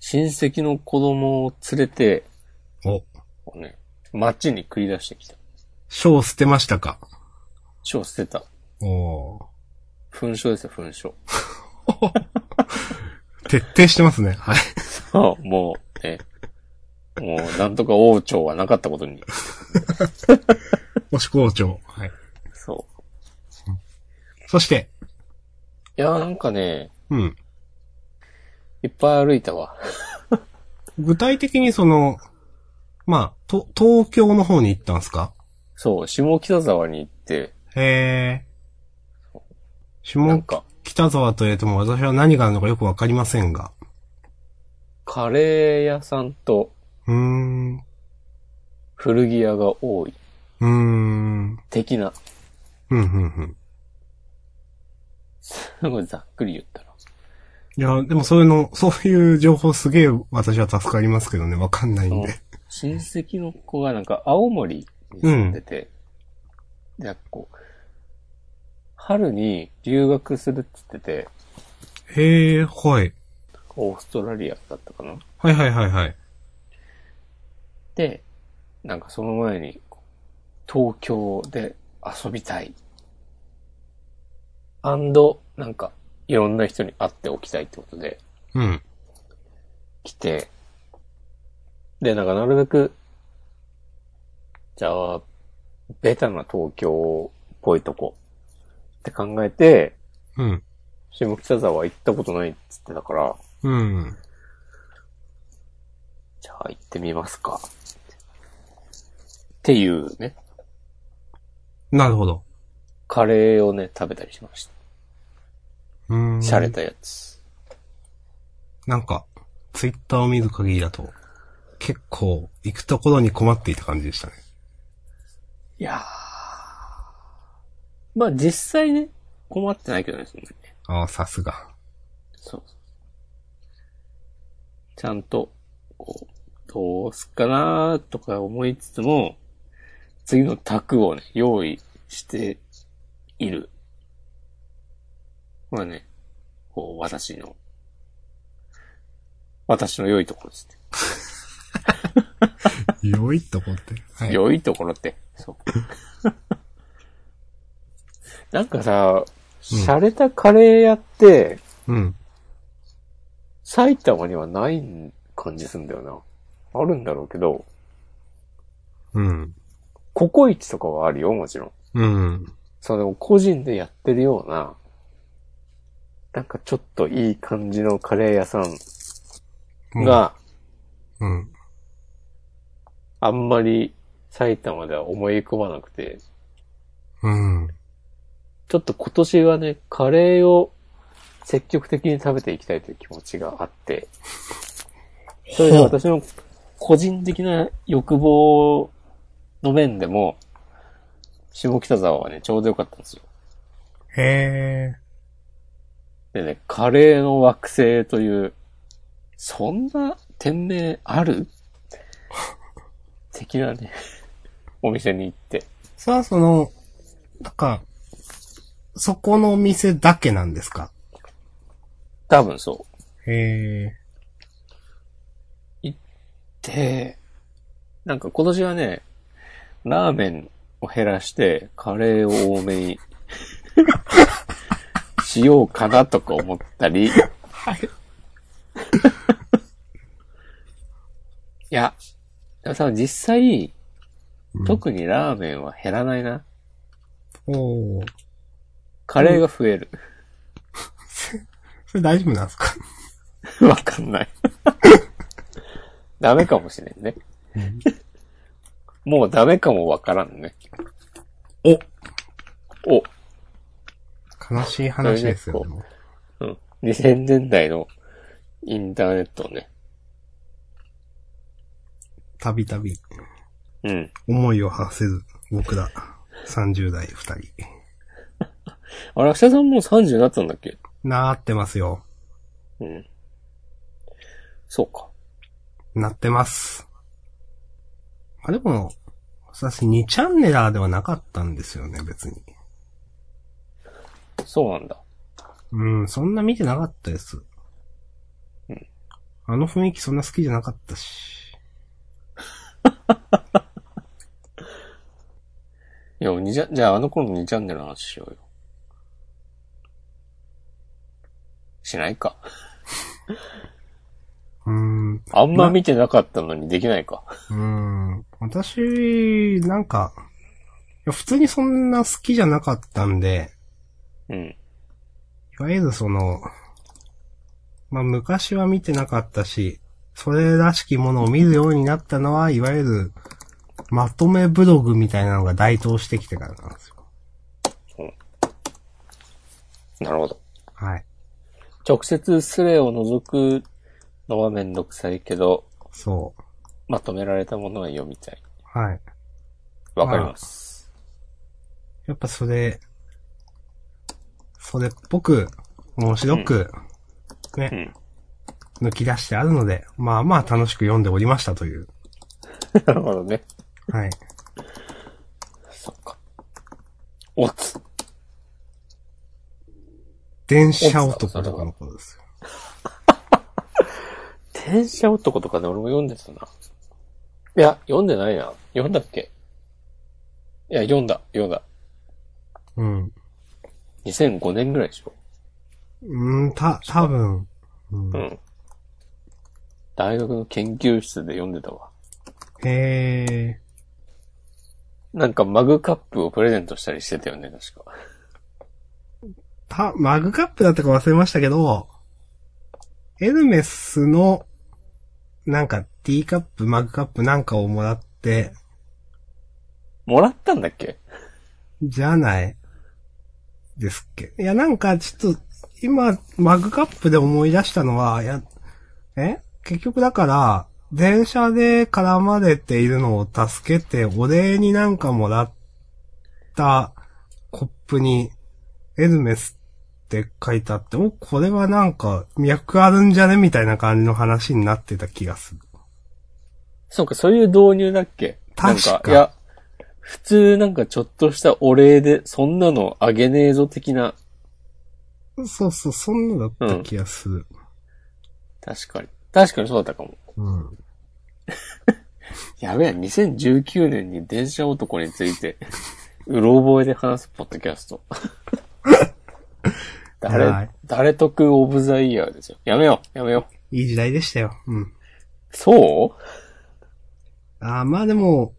Speaker 1: 親戚の子供を連れて、
Speaker 2: お、
Speaker 1: こうね、街に繰り出してきた。
Speaker 2: 書を捨てましたか
Speaker 1: 書を捨てた。
Speaker 2: おー
Speaker 1: 噴書ですよ、噴書。
Speaker 2: 徹底してますね。はい。
Speaker 1: あ もう、え、もう、なんとか王朝はなかったことに。
Speaker 2: 押し校長。はい。
Speaker 1: そう。
Speaker 2: そして、
Speaker 1: いや、なんかね、
Speaker 2: うん。
Speaker 1: いっぱい歩いたわ。
Speaker 2: 具体的にその、まあ、と、東京の方に行ったんすか
Speaker 1: そう、下北沢に行って、
Speaker 2: へえ。
Speaker 1: な
Speaker 2: 下
Speaker 1: んか、
Speaker 2: 北沢というとも私は何があるのかよくわかりませんが。
Speaker 1: カレー屋さんと
Speaker 2: うーん。う
Speaker 1: 古着屋が多い。
Speaker 2: ーん。
Speaker 1: 的な。
Speaker 2: うん、うん、うん。
Speaker 1: すごいざっくり言ったら。
Speaker 2: いや、でもそういうの、 そういう情報すげえ私は助かりますけどね、わかんないんで。
Speaker 1: 親戚の子がなんか青森に住んでて、で、こう、春に留学するって言ってて、
Speaker 2: へえ、はい。
Speaker 1: オーストラリアだったかな。
Speaker 2: はいはいはいはい。
Speaker 1: で、なんかその前に、東京で遊びたい。アンド、なんか、いろんな人に会っておきたいってことで、
Speaker 2: うん。
Speaker 1: 来て、で、なんかなるべく、じゃあ、ベタな東京っぽいとこって考えて、
Speaker 2: うん。
Speaker 1: 下北沢は行ったことないっつってたから、
Speaker 2: うん。
Speaker 1: じゃあ行ってみますか。っていうね、
Speaker 2: なるほど。
Speaker 1: カレーをね、食べたりしました。
Speaker 2: うん。
Speaker 1: 洒落たやつ。
Speaker 2: なんか、ツイッターを見る限りだと、結構、行くところに困っていた感じでしたね。
Speaker 1: いやー。まあ実際ね、困ってないけどね、そんなにね。
Speaker 2: ああ、さすが。
Speaker 1: そう。ちゃんと、こう、どうすっかなーとか思いつつも、次の卓をね、用意している。これはね、こう、私の、私の良いところですね。
Speaker 2: 良いとこって。はい。
Speaker 1: 良いところって。そう。 なんかさ、洒落たカレー屋って、
Speaker 2: うん。
Speaker 1: 埼玉にはない感じすんだよな。あるんだろうけど、
Speaker 2: うん。
Speaker 1: ココイチとかはあるよ、もちろん。
Speaker 2: うん。
Speaker 1: その個人でやってるような、なんかちょっといい感じのカレー屋さんが、
Speaker 2: うん。
Speaker 1: あんまり埼玉では思い浮かばなくて、
Speaker 2: うん。
Speaker 1: ちょっと今年はね、カレーを積極的に食べていきたいという気持ちがあって、それで私の個人的な欲望の面でも、下北沢はね、ちょうど良かったんですよ。
Speaker 2: へえ。
Speaker 1: でね、カレーの惑星という、そんな店名ある的なね、お店に行って。
Speaker 2: さあ、その、なんか、そこのお店だけなんですか
Speaker 1: 多分そう。
Speaker 2: へえ。
Speaker 1: で、なんか今年はね、ラーメンを減らして、カレーを多め に、しようかなとか思ったり、い
Speaker 2: はい。
Speaker 1: や、でもさ、実際、
Speaker 2: うん
Speaker 1: 特にラーメンは減らないな。
Speaker 2: おー。
Speaker 1: カレーが増える。
Speaker 2: それ大丈夫なんですか
Speaker 1: わかんない。ダメかもしれんね。もうダメかもわからんね。
Speaker 2: お
Speaker 1: お、
Speaker 2: 悲しい話ですよ、
Speaker 1: それ
Speaker 2: でも
Speaker 1: うん。2000年代のインターネットをね。
Speaker 2: たびたび、
Speaker 1: うん。
Speaker 2: 思いを馳せる、僕ら、30代2人。
Speaker 1: あれ、明日さんもう30になったんだっけ
Speaker 2: なーってますよ。
Speaker 1: うん。そうか。
Speaker 2: なってます。あ、でも、私2チャンネラーではなかったんですよね、別に。
Speaker 1: そうなんだ。
Speaker 2: うん、そんな見てなかったです。
Speaker 1: うん
Speaker 2: あの雰囲気そんな好きじゃなかったし。
Speaker 1: いや、にじゃ、じゃああの頃の2チャンネルの話しようよ。しないか。
Speaker 2: うーん、
Speaker 1: あんま見てなかったのにできないか。
Speaker 2: うーん。私、なんか、いや普通にそんな好きじゃなかったんで、
Speaker 1: うん。
Speaker 2: いわゆるその、まあ昔は見てなかったし、それらしきものを見るようになったのは、いわゆる、まとめブログみたいなのが台頭してきてからなんですよ。
Speaker 1: なるほど。
Speaker 2: はい。
Speaker 1: 直接スレを除くのはめんどくさいけど、
Speaker 2: そう。
Speaker 1: まとめられたものは読みたい。
Speaker 2: はい。
Speaker 1: わかります。
Speaker 2: やっぱそれ、それっぽく、面白く、
Speaker 1: う
Speaker 2: ね、
Speaker 1: ん。
Speaker 2: 抜き出してあるので、まあまあ楽しく読んでおりましたという。
Speaker 1: なるほどね。
Speaker 2: はい。
Speaker 1: そっか。おつ。
Speaker 2: 電車男とかのことですよ。
Speaker 1: 転写男とかね、俺も読んでたな。いや、読んでないな。読んだっけいや、読んだ、読んだ。
Speaker 2: うん。
Speaker 1: 2005年ぐらいでしょ。
Speaker 2: うん、た、多分、うん
Speaker 1: う、ん。大学の研究室で読んでたわ。
Speaker 2: へえ。
Speaker 1: なんかマグカップをプレゼントしたりしてたよね、確か。
Speaker 2: あ、マグカップだったか忘れましたけど、エルメスの、なんか、ティーカップ、マグカップなんかをもらって、
Speaker 1: もらったんだっけ
Speaker 2: じゃない、ですっけ。いや、なんか、ちょっと、今、マグカップで思い出したのは、いや、え結局だから、電車で絡まれているのを助けて、お礼になんかもらったコップに、エルメスって書いてあって、お、これはなんか、脈あるんじゃねみたいな感じの話になってた気がする。
Speaker 1: そうか、そういう導入だっけ
Speaker 2: 確か
Speaker 1: なんか、いや、普通なんかちょっとしたお礼で、そんなのあげねえぞ的な、
Speaker 2: そうそう、そんなだった気がする。
Speaker 1: 確かに。確かにそうだったかも。
Speaker 2: うん。
Speaker 1: やべえ、2019年に電車男について、うろ覚えで話すポッドキャスト。
Speaker 2: はい
Speaker 1: 誰、誰得オブザイヤーですよ。やめよう、やめよう。
Speaker 2: いい時代でしたよ。うん。
Speaker 1: そう
Speaker 2: ああ、まあでも、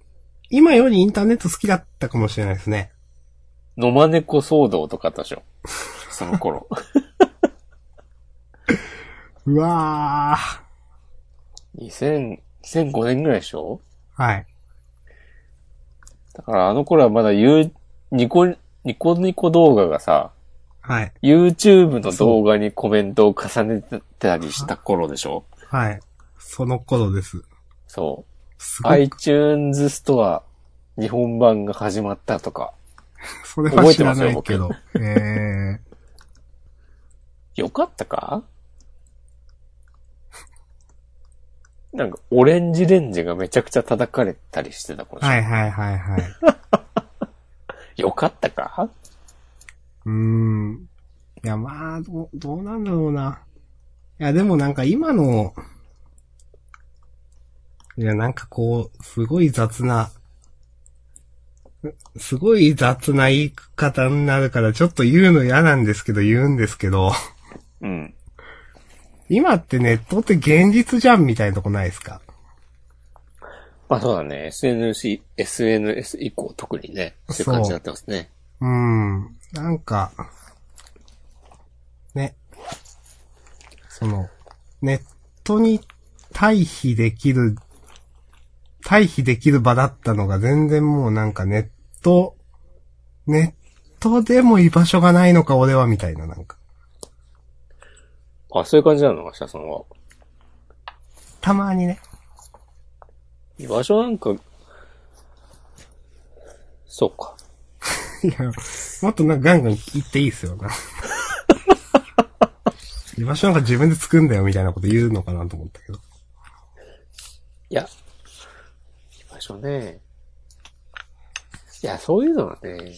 Speaker 2: 今よりインターネット好きだったかもしれないですね。
Speaker 1: 野間猫騒動とかあったでしょ。その 頃。
Speaker 2: うわー。
Speaker 1: 2000 2005年ぐらいでしょ
Speaker 2: はい。
Speaker 1: だからあの頃はまだユーニコ、ニコニコ動画がさ、
Speaker 2: はい。
Speaker 1: YouTube の動画にコメントを重ねてたりした頃でしょ
Speaker 2: はい。その頃です。
Speaker 1: そう。
Speaker 2: すごい。
Speaker 1: iTunes ストア日本版が始まったとか。
Speaker 2: それは知らないけど。えー、
Speaker 1: よかったか なんか、オレンジレンジがめちゃくちゃ叩かれたりしてた頃でしょ
Speaker 2: はいはいはいはい。
Speaker 1: よかったか
Speaker 2: うーん。いや、まあ、どう、どうなんだろうな。いや、でもなんか今の、いや、なんかこう、すごい雑な、うすごい雑な言い方になるから、ちょっと言うの嫌なんですけど、言うんですけど、
Speaker 1: うん。
Speaker 2: 今ってネットって現実じゃんみたいなとこないですか
Speaker 1: まあそうだね。SNS、SNS 以降特にね、そういう感じになってますね。
Speaker 2: うーん。なんか、ね。その、ネットに対比できる、対比できる場だったのが全然もうなんかネット、ネットでも居場所がないのか俺はみたいななんか。
Speaker 1: あ、そういう感じなのかしら、その、
Speaker 2: たまにね。
Speaker 1: 居場所なんか、そうか。
Speaker 2: いや、もっとなんかガンガン言っていいっすよな。 居場所なんか自分で作んだよみたいなこと言うのかなと思ったけど。
Speaker 1: いや、居場所ね。いや、そういうのはね、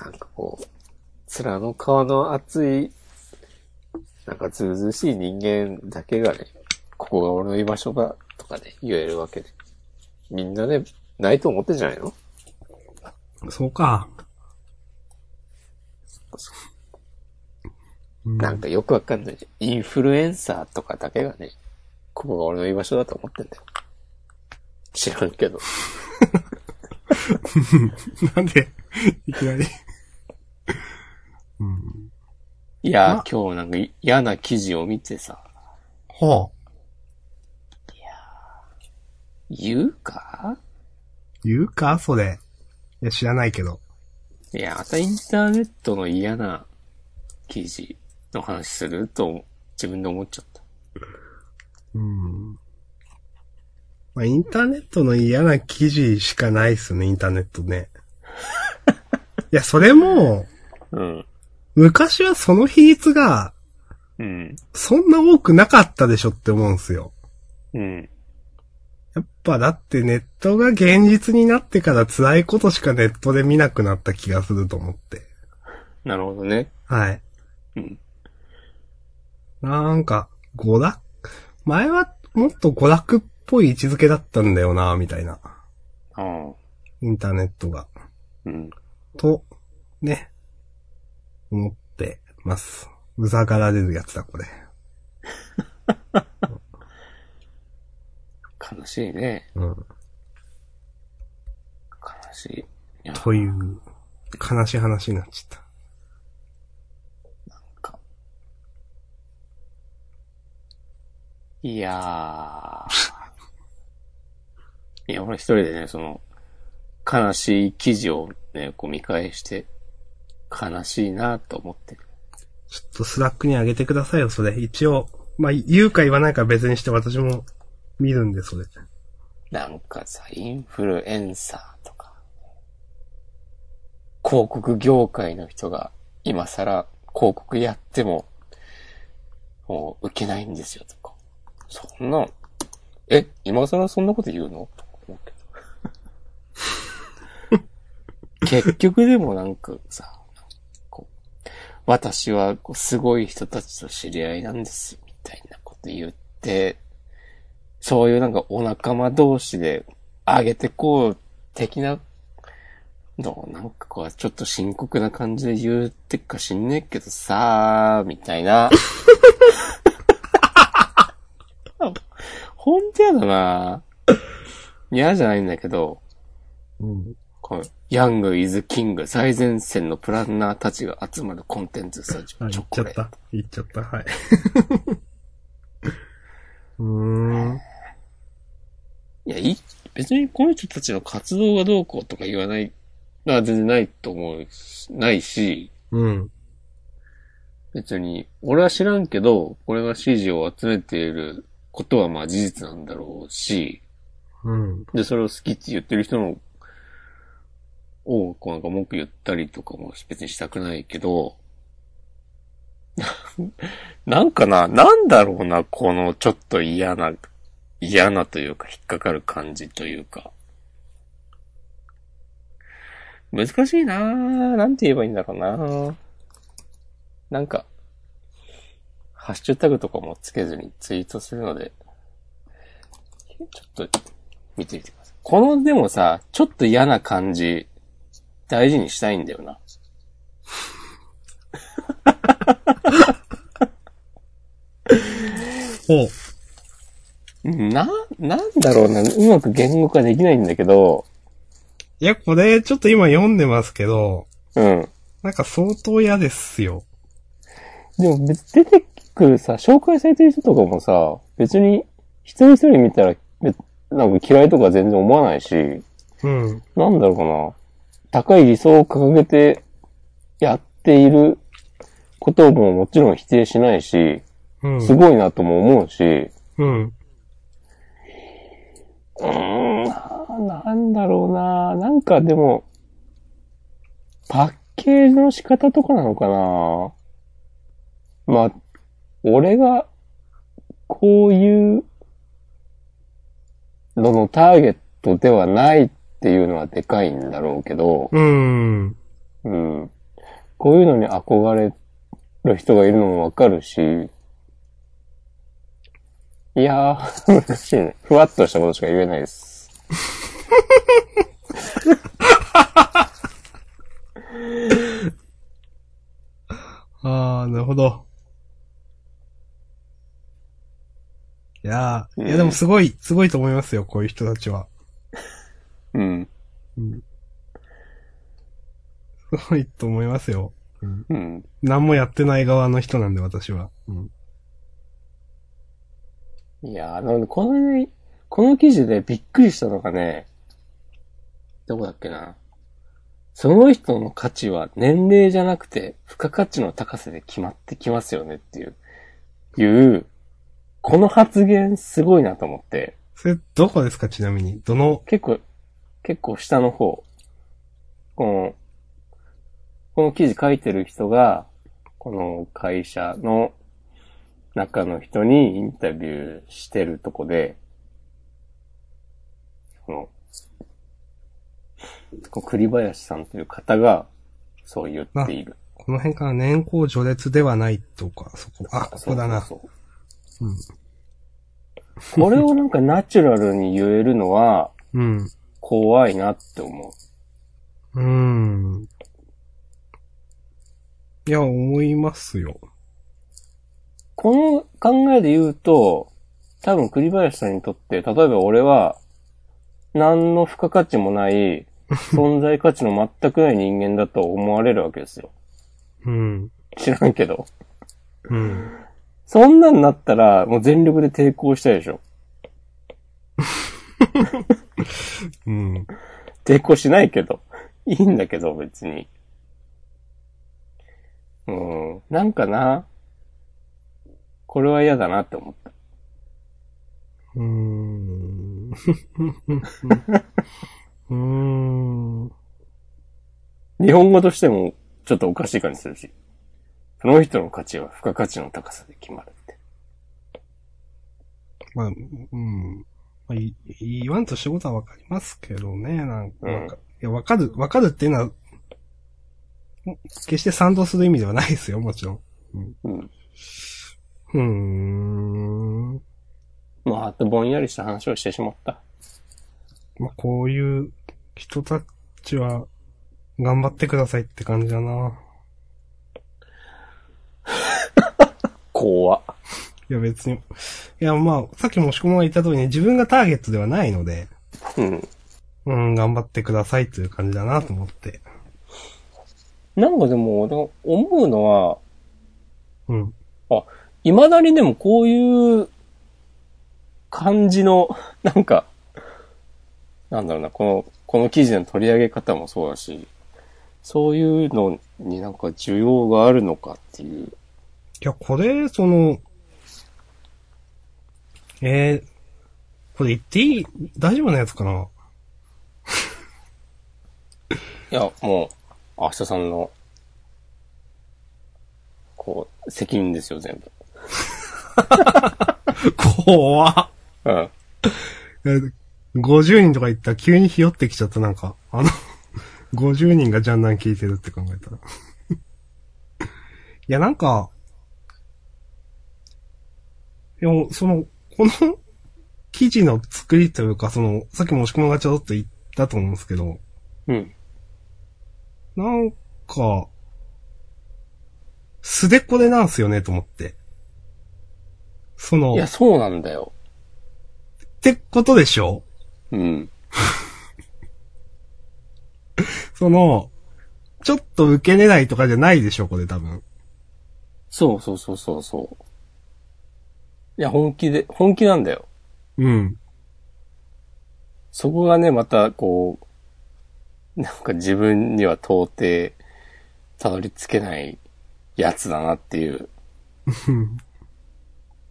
Speaker 1: なんかこう、面の皮の厚い、なんかずうずうしい人間だけがね、ここが俺の居場所だとかね、言えるわけで。みんなね、ないと思ってんじゃないの
Speaker 2: そうか。 うん
Speaker 1: なんかよくわかんない。インフルエンサーとかだけがね、ここが俺の居場所だと思ってんだよ。知らんけど。
Speaker 2: なんで、いきなり。うん。
Speaker 1: いや、今日なんかい嫌な記事を見てさ、
Speaker 2: ほう。
Speaker 1: 言うか
Speaker 2: 言うかそれ。いや、知らないけど。
Speaker 1: いや、またインターネットの嫌な記事の話すると自分で思っちゃった。
Speaker 2: うん。まあ、インターネットの嫌な記事しかないっすね、インターネット ね。いや、それも、
Speaker 1: うん。
Speaker 2: 昔はその比率が、
Speaker 1: うん。
Speaker 2: そんな多くなかったでしょって思うんすよ。
Speaker 1: うん。
Speaker 2: やっぱだってネットが現実になってから辛いことしかネットで見なくなった気がすると思って。
Speaker 1: なるほどね。
Speaker 2: はい。
Speaker 1: うん。
Speaker 2: なんか、娯楽前はもっと娯楽っぽい位置づけだったんだよな、みたいな。
Speaker 1: ああ。
Speaker 2: インターネットが。
Speaker 1: うん。
Speaker 2: と、ね。思ってます。うざがられるやつだ、これ。
Speaker 1: 悲しいね。
Speaker 2: うん。
Speaker 1: 悲しい。いや、
Speaker 2: という悲しい話になっちゃっ
Speaker 1: かいやー。いや、俺一人でね、その、悲しい記事をね、こう見返して、悲しいなと思ってる。
Speaker 2: た。ちょっとスラックに上げてくださいよ、それ。一応、まあ、言うか言わないか別にして私も見るんで、それ。
Speaker 1: なんかさ、インフルエンサーとか、広告業界の人が今更広告やっても、もう受けないんですよとか。そんな、え、今更そんなこと言うのとか思うけど。結局でもなんかさ、こう私はこうすごい人たちと知り合いなんです、みたいなこと言って、そういうなんかお仲間同士で上げてこう的なのをなんかこうちょっと深刻な感じで言うってっか知んねえけどさー、みたいな。 ほんとやだな嫌じゃないんだけど、
Speaker 2: うん。
Speaker 1: このヤングイズキング最前線のプランナーたちが集まるコンテンツスタジ
Speaker 2: あ、
Speaker 1: オ
Speaker 2: 言
Speaker 1: チ
Speaker 2: っ
Speaker 1: ョ
Speaker 2: ちゃ
Speaker 1: コ
Speaker 2: っ
Speaker 1: レート
Speaker 2: た。言っちゃった、はい。 うーん。
Speaker 1: いや、いい、別にこの人たちの活動がどうこうとか言わない、のは全然ないと思うし、ないし、
Speaker 2: うん。
Speaker 1: 別に、俺は知らんけど、これが支持を集めていることはまあ事実なんだろうし、
Speaker 2: うん。
Speaker 1: で、それを好きって言ってる人の、を、こうなんか文句言ったりとかも別にしたくないけど、 なんかな、なんだろうな、このちょっと嫌な、嫌なというか引っかかる感じというか。難しいなぁ。なんて言えばいいんだろうなぁ。なんか、ハッシュタグとかもつけずにツイートするので、ちょっと見てみてください。このでもさ、ちょっと嫌な感じ、大事にしたいんだよな。
Speaker 2: ほう。
Speaker 1: な、なんだろうな、うまく言語化できないんだけど、
Speaker 2: いや、これ、ちょっと今読んでますけど、
Speaker 1: うん。
Speaker 2: なんか相当嫌ですよ。
Speaker 1: でも別出てくるさ、紹介されてる人とかもさ、別に一人一人見たら、べなんか嫌いとか全然思わないし、
Speaker 2: うん。
Speaker 1: なんだろうかな。高い理想を掲げてやっていることももちろん否定しないし、
Speaker 2: うん。
Speaker 1: すごいなとも思うし、
Speaker 2: うん。
Speaker 1: うーん、ななんだろうな。なんかでも、パッケージの仕方とかなのかな。まあ、俺が、こういうののターゲットではないっていうのはでかいんだろうけど、
Speaker 2: うん。
Speaker 1: うん。こういうのに憧れる人がいるのもわかるし、いやー、難しいね。ふわっとしたことしか言えないです。
Speaker 2: ああ、なるほど。いやー、
Speaker 1: うん
Speaker 2: いやでもすごい、すごいと思いますよ、こういう人たちは。
Speaker 1: うん。
Speaker 2: すごいと思いますよ。
Speaker 1: うん。
Speaker 2: 何もやってない側の人なんで、私は。
Speaker 1: いやー、なんで、この、この記事でびっくりしたのがね、どこだっけな。その人の価値は年齢じゃなくて、付加価値の高さで決まってきますよねっていう、いう、この発言すごいなと思って、
Speaker 2: それ、どこですか、ちなみに。どの、
Speaker 1: 結構、結構下の方。この、この記事書いてる人が、この会社の中の人にインタビューしてるとこで、この、この栗林さんという方が、そう言っている。
Speaker 2: この辺から年功序列ではないとか、そこ。あ、ここだな。
Speaker 1: そうそう
Speaker 2: う
Speaker 1: そうこれをなんかナチュラルに言えるのは、
Speaker 2: うん。
Speaker 1: 怖いなって思う。
Speaker 2: うん。いや、思いますよ。
Speaker 1: この考えで言うと、多分栗林さんにとって、例えば俺は、何の付加価値もない、存在価値の全くない人間だと思われるわけですよ。
Speaker 2: うん。
Speaker 1: 知らんけど。
Speaker 2: うん。
Speaker 1: そんなんなったら、もう全力で抵抗したいでしょ。
Speaker 2: うん。
Speaker 1: 抵抗しないけど。いいんだけど、別に。うん。なんかな、これは嫌だなって思った。
Speaker 2: うん。うん。
Speaker 1: 日本語としても、ちょっとおかしい感じするし。その人の価値は付加価値の高さで決まるって。
Speaker 2: まあ、うん。まあ、い言わんとしたことはわかりますけどね、なんか。
Speaker 1: うん
Speaker 2: わかいや、わかる、わかるっていうのは、ん決して賛同する意味ではないですよ、もちろん。
Speaker 1: うん。
Speaker 2: うーん。
Speaker 1: まあ、あとぼんやりした話をしてしまった。
Speaker 2: まあ、こういう人たちは、頑張ってくださいって感じだな。
Speaker 1: 怖っ。
Speaker 2: いや、別に。いや、まあ、さっきもしこもが言った通りに、自分がターゲットではないので、
Speaker 1: うん。
Speaker 2: うん、頑張ってくださいという感じだなと思って。
Speaker 1: なんかでも、でも思うのは、
Speaker 2: うん。
Speaker 1: 未だにでもこういう感じの、なんか、なんだろうな、この、この記事の取り上げ方もそうだし、そういうのになんか需要があるのかっていう。
Speaker 2: いや、これ、その、えー、これ言っていい大丈夫なやつかない
Speaker 1: や、もう、明日さんの、こう、責任ですよ、全
Speaker 2: 怖っ
Speaker 1: 部。うん。
Speaker 2: えー50人とか言ったら急にひよってきちゃった、なんか。あの、50人がジャンダン聞いてるって考えたら。いや、なんか、でも、その、この記事の作りというか、その、さっきも押し込みがちょろっと言ったと思うんですけど、
Speaker 1: うん。
Speaker 2: なんか、素でこれなんすよね、と思って。その、
Speaker 1: いや、
Speaker 2: っ
Speaker 1: そうなんだよ。
Speaker 2: てことでしょ
Speaker 1: うん。
Speaker 2: その、ちょっと受け狙いとかじゃないでしょ、これ多分。
Speaker 1: そうそうそうそうそう。いや、本気で、本気なんだよ。
Speaker 2: うん。
Speaker 1: そこがね、また、こう、なんか自分には到底、たどり着けないやつだなっていう、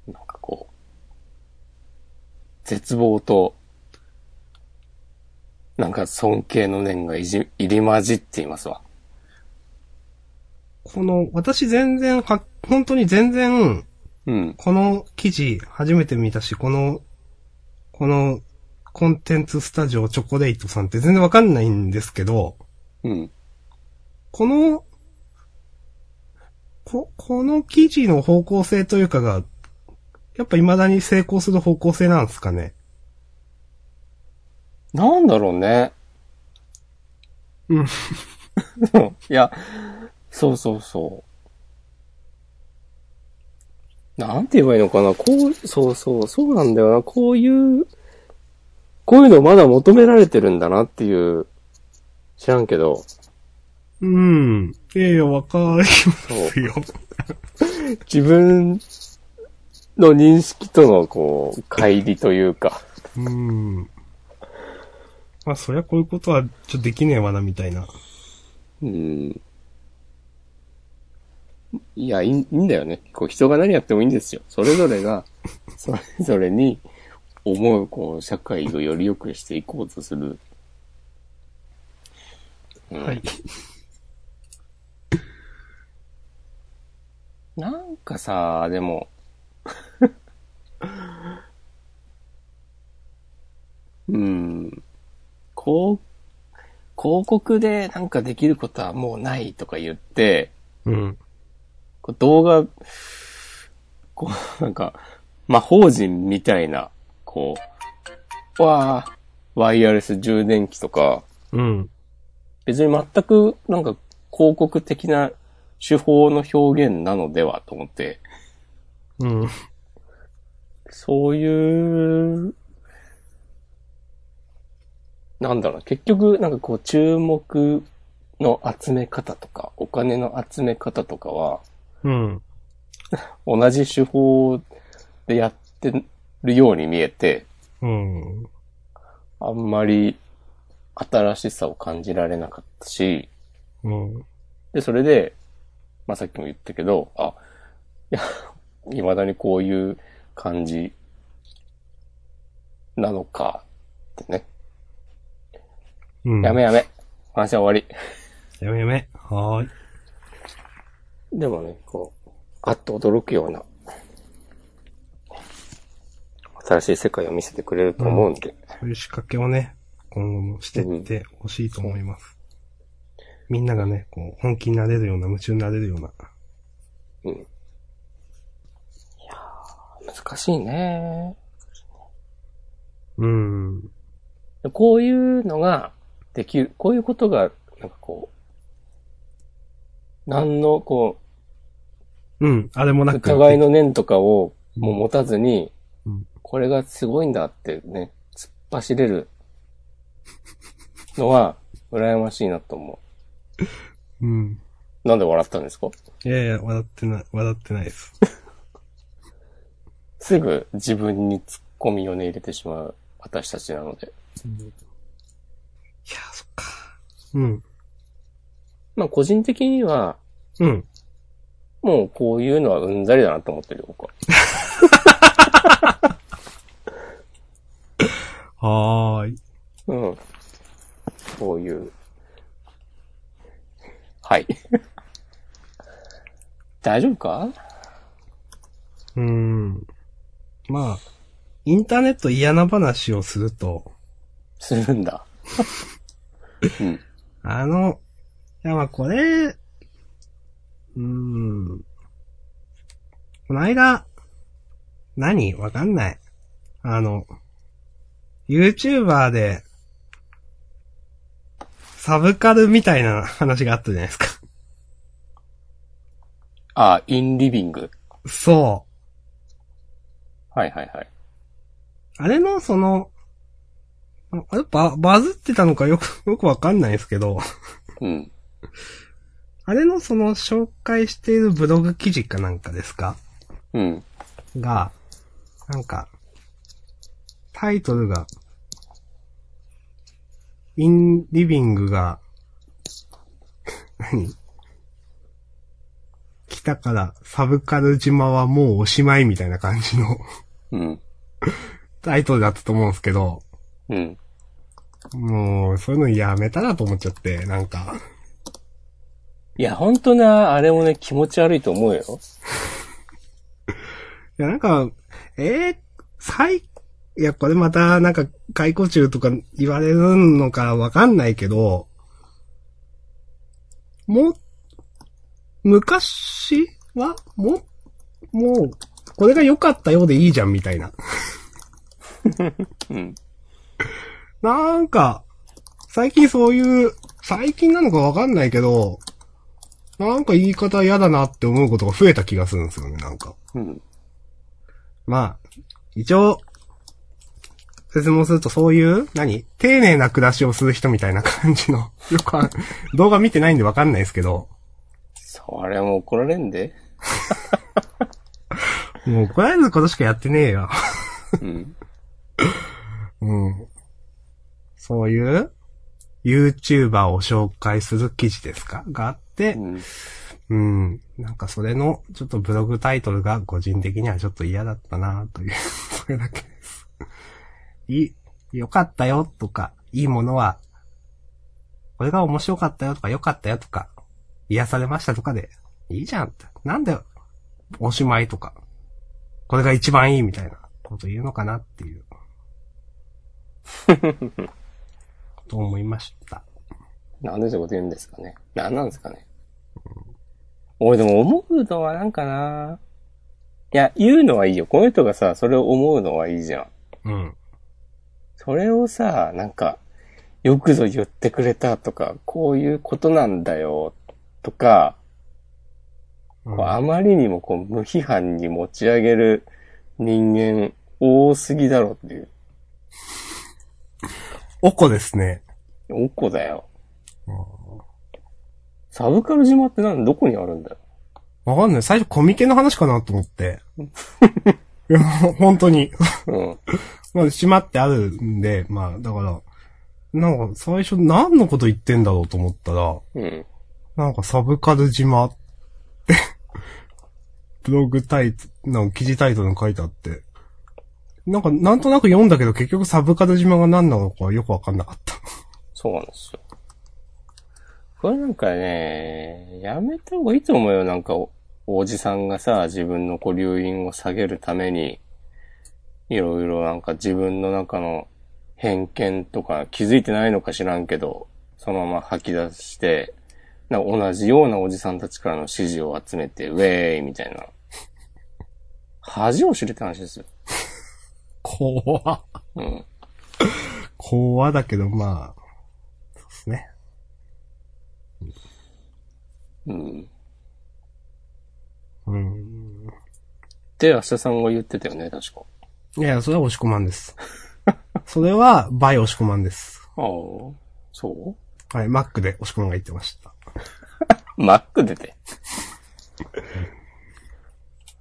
Speaker 1: なんかこう、絶望と、なんか尊敬の念がいじ入り混じっていますわ。
Speaker 2: この、私全然は、本当に全然、
Speaker 1: うん。
Speaker 2: この記事初めて見たし、この、この、コンテンツスタジオチョコレートさんって全然わかんないんですけど、
Speaker 1: うん。
Speaker 2: この、こ、この記事の方向性というかが、やっぱ未だに成功する方向性なんですかね。
Speaker 1: なんだろうね。
Speaker 2: うん。
Speaker 1: いや、そうそうそう。なんて言えばいいのかな。こう、そうそう、そうなんだよな。こういう、こういうのまだ求められてるんだなっていう、知らんけど、
Speaker 2: うん。いやいや、わかりますよ。
Speaker 1: 自分の認識との、こう、乖離というか。
Speaker 2: うーん。まあ、そりゃこういうことは、ちょっとできねえわな、みたいな。
Speaker 1: うん。いや、いいいいんだよね。こう、人が何やってもいいんですよ。それぞれ が、それぞれに思う、こう、社会をより良くしていこうとする。うん
Speaker 2: はい。
Speaker 1: なんかさ、でも、 うん、こう、広告でなんかできることはもうないとか言って、
Speaker 2: うん。
Speaker 1: こう動画、こう、 なんか、魔法人みたいな、こう、わあ、ワイヤレス充電器とか、
Speaker 2: うん。
Speaker 1: 別に全く、なんか、広告的な手法の表現なのではと思って、
Speaker 2: うん。
Speaker 1: そういう、なんだろう、結局、なんかこう、注目の集め方とか、お金の集め方とかは、
Speaker 2: うん。
Speaker 1: 同じ手法でやってるように見えて、
Speaker 2: うん。
Speaker 1: あんまり新しさを感じられなかったし、
Speaker 2: うん。
Speaker 1: で、それで、まあ、さっきも言ったけど、あ、いや、未だにこういう感じなのか、ってね。
Speaker 2: うん。
Speaker 1: やめ。やめ。話は終わ
Speaker 2: やめやめ。はーい。
Speaker 1: り。でもね、こう、あっと驚くような、新しい世界を見せてくれると思うんで、
Speaker 2: そういう仕掛けをね、今後もしてってほしいと思います。みんながね、こう、本気になれるような、夢中になれるような。
Speaker 1: うん。いやー難しいね
Speaker 2: うん。
Speaker 1: こういうのができる、こういうことが、なんかこう、何の、こ
Speaker 2: うん。あれもな
Speaker 1: う、
Speaker 2: く。
Speaker 1: 疑いの念とかをもう持たずに
Speaker 2: うん、
Speaker 1: これがすごいんだってね、突っ走れるのは、羨ましいなと思
Speaker 2: うん。
Speaker 1: う。なんで笑ったんですか
Speaker 2: いやいや、笑ってない、笑ってないです。
Speaker 1: すぐ自分に突っ込みをね、入れてしまう私たちなので。
Speaker 2: いや、そっか。うん。
Speaker 1: まあ個人的には、
Speaker 2: うん。
Speaker 1: もうこういうのはうんざりだなと思ってるよ、僕は。
Speaker 2: はーい。
Speaker 1: うん。こういう。はい。 大丈夫か
Speaker 2: うーん。まあ、インターネット嫌な話をすると、
Speaker 1: するんだ。 うん。
Speaker 2: あの、いやまあこれ、うーん。この間、何わかんない。あの、YouTuber で、サブカルみたいな話があったじゃないですか。
Speaker 1: あ、インリビング。
Speaker 2: そう。
Speaker 1: はいはいはい。
Speaker 2: あれの、その、ああれバ、バズってたのかよく、よくわかんないですけど、
Speaker 1: うん。
Speaker 2: あれのその紹介しているブログ記事かなんかですか
Speaker 1: うん。
Speaker 2: が、なんか、タイトルが、インリビングが、何来たからサブカル島はもうおしまいみたいな感じの
Speaker 1: うん。
Speaker 2: タイトルだったと思うんですけど、
Speaker 1: うん。
Speaker 2: もう、そういうのやめたらと思っちゃって、なんか。
Speaker 1: いや、ほんとな、あれもね、気持ち悪いと思うよ。
Speaker 2: いや、なんか、えー、最、いや、これまた、なんか、解雇中とか言われるのかわかんないけど、も、昔はも、もう、これが良かったようでいいじゃん、みたいな。
Speaker 1: うん。
Speaker 2: なんか、最近そういう、最近なのかわかんないけど、なんか言い方嫌だなって思うことが増えた気がするんですよね、なんか。
Speaker 1: うん。
Speaker 2: まあ、一応、説明するとそういう、何丁寧な暮らしをする人みたいな感じの、 よくあ動画見てないんでわかんないですけど、
Speaker 1: それも怒られんで。
Speaker 2: もう怒られることしかやってねえよ。
Speaker 1: うん。
Speaker 2: うん。そういう、YouTuber を紹介する記事ですかがあって
Speaker 1: う、ん。
Speaker 2: うん。なんかそれの、ちょっとブログタイトルが個人的にはちょっと嫌だったなという、 それだけです。いい、良かったよとか、いいものは、これが面白かったよとか、良かったよとか、癒されましたとかで、いいじゃんって。なんで、おしまいとか、これが一番いいみたいなこと言うのかなっていう。と思いました。
Speaker 1: なんでそういうこと言うんですかね。なんなんですかね。俺でも思うのはなんかな。いや、言うのはいいよ。この人がさ、それを思うのはいいじゃん。
Speaker 2: うん。
Speaker 1: それをさ、なんか、よくぞ言ってくれたとか、こういうことなんだよ、とか、
Speaker 2: うん
Speaker 1: こうあまりにもこう無批判に持ち上げる人間多すぎだろっていう。
Speaker 2: おこですね。
Speaker 1: おっこだよ。サブカル島ってなんどこにあるんだよ。
Speaker 2: わかんない。最初コミケの話かなと思って。いや、本当に。
Speaker 1: うん。
Speaker 2: まあ、島ってあるんで、まあ、だから、なんか最初何のこと言ってんだろうと思ったら、
Speaker 1: うん。
Speaker 2: なんかサブカル島って、ブログタイトル、なんか記事タイトルに書いてあって、なんかなんとなく読んだけど結局サブカル島が何なのかよくわかんなかった。
Speaker 1: そうなんですよ。これなんかね、やめた方がいいと思うよ。なんかお、おじさんがさ、自分のこう、留飲を下げるために、いろいろなんか自分の中の偏見とか気づいてないのか知らんけど、そのまま吐き出して、なんか同じようなおじさんたちからの支持を集めて、ウェーイみたいな。恥を知れって話ですよ。
Speaker 2: 怖
Speaker 1: うん。
Speaker 2: 怖だけどまあ、そうですね。
Speaker 1: うん。
Speaker 2: うん。
Speaker 1: で、明日さんが言ってたよね、確か。
Speaker 2: いやいや、それは押し込まんです。 それは、バイ押し込まんです。
Speaker 1: ああ、そう
Speaker 2: はい、マックで押し込まんが言ってました。
Speaker 1: マック出て。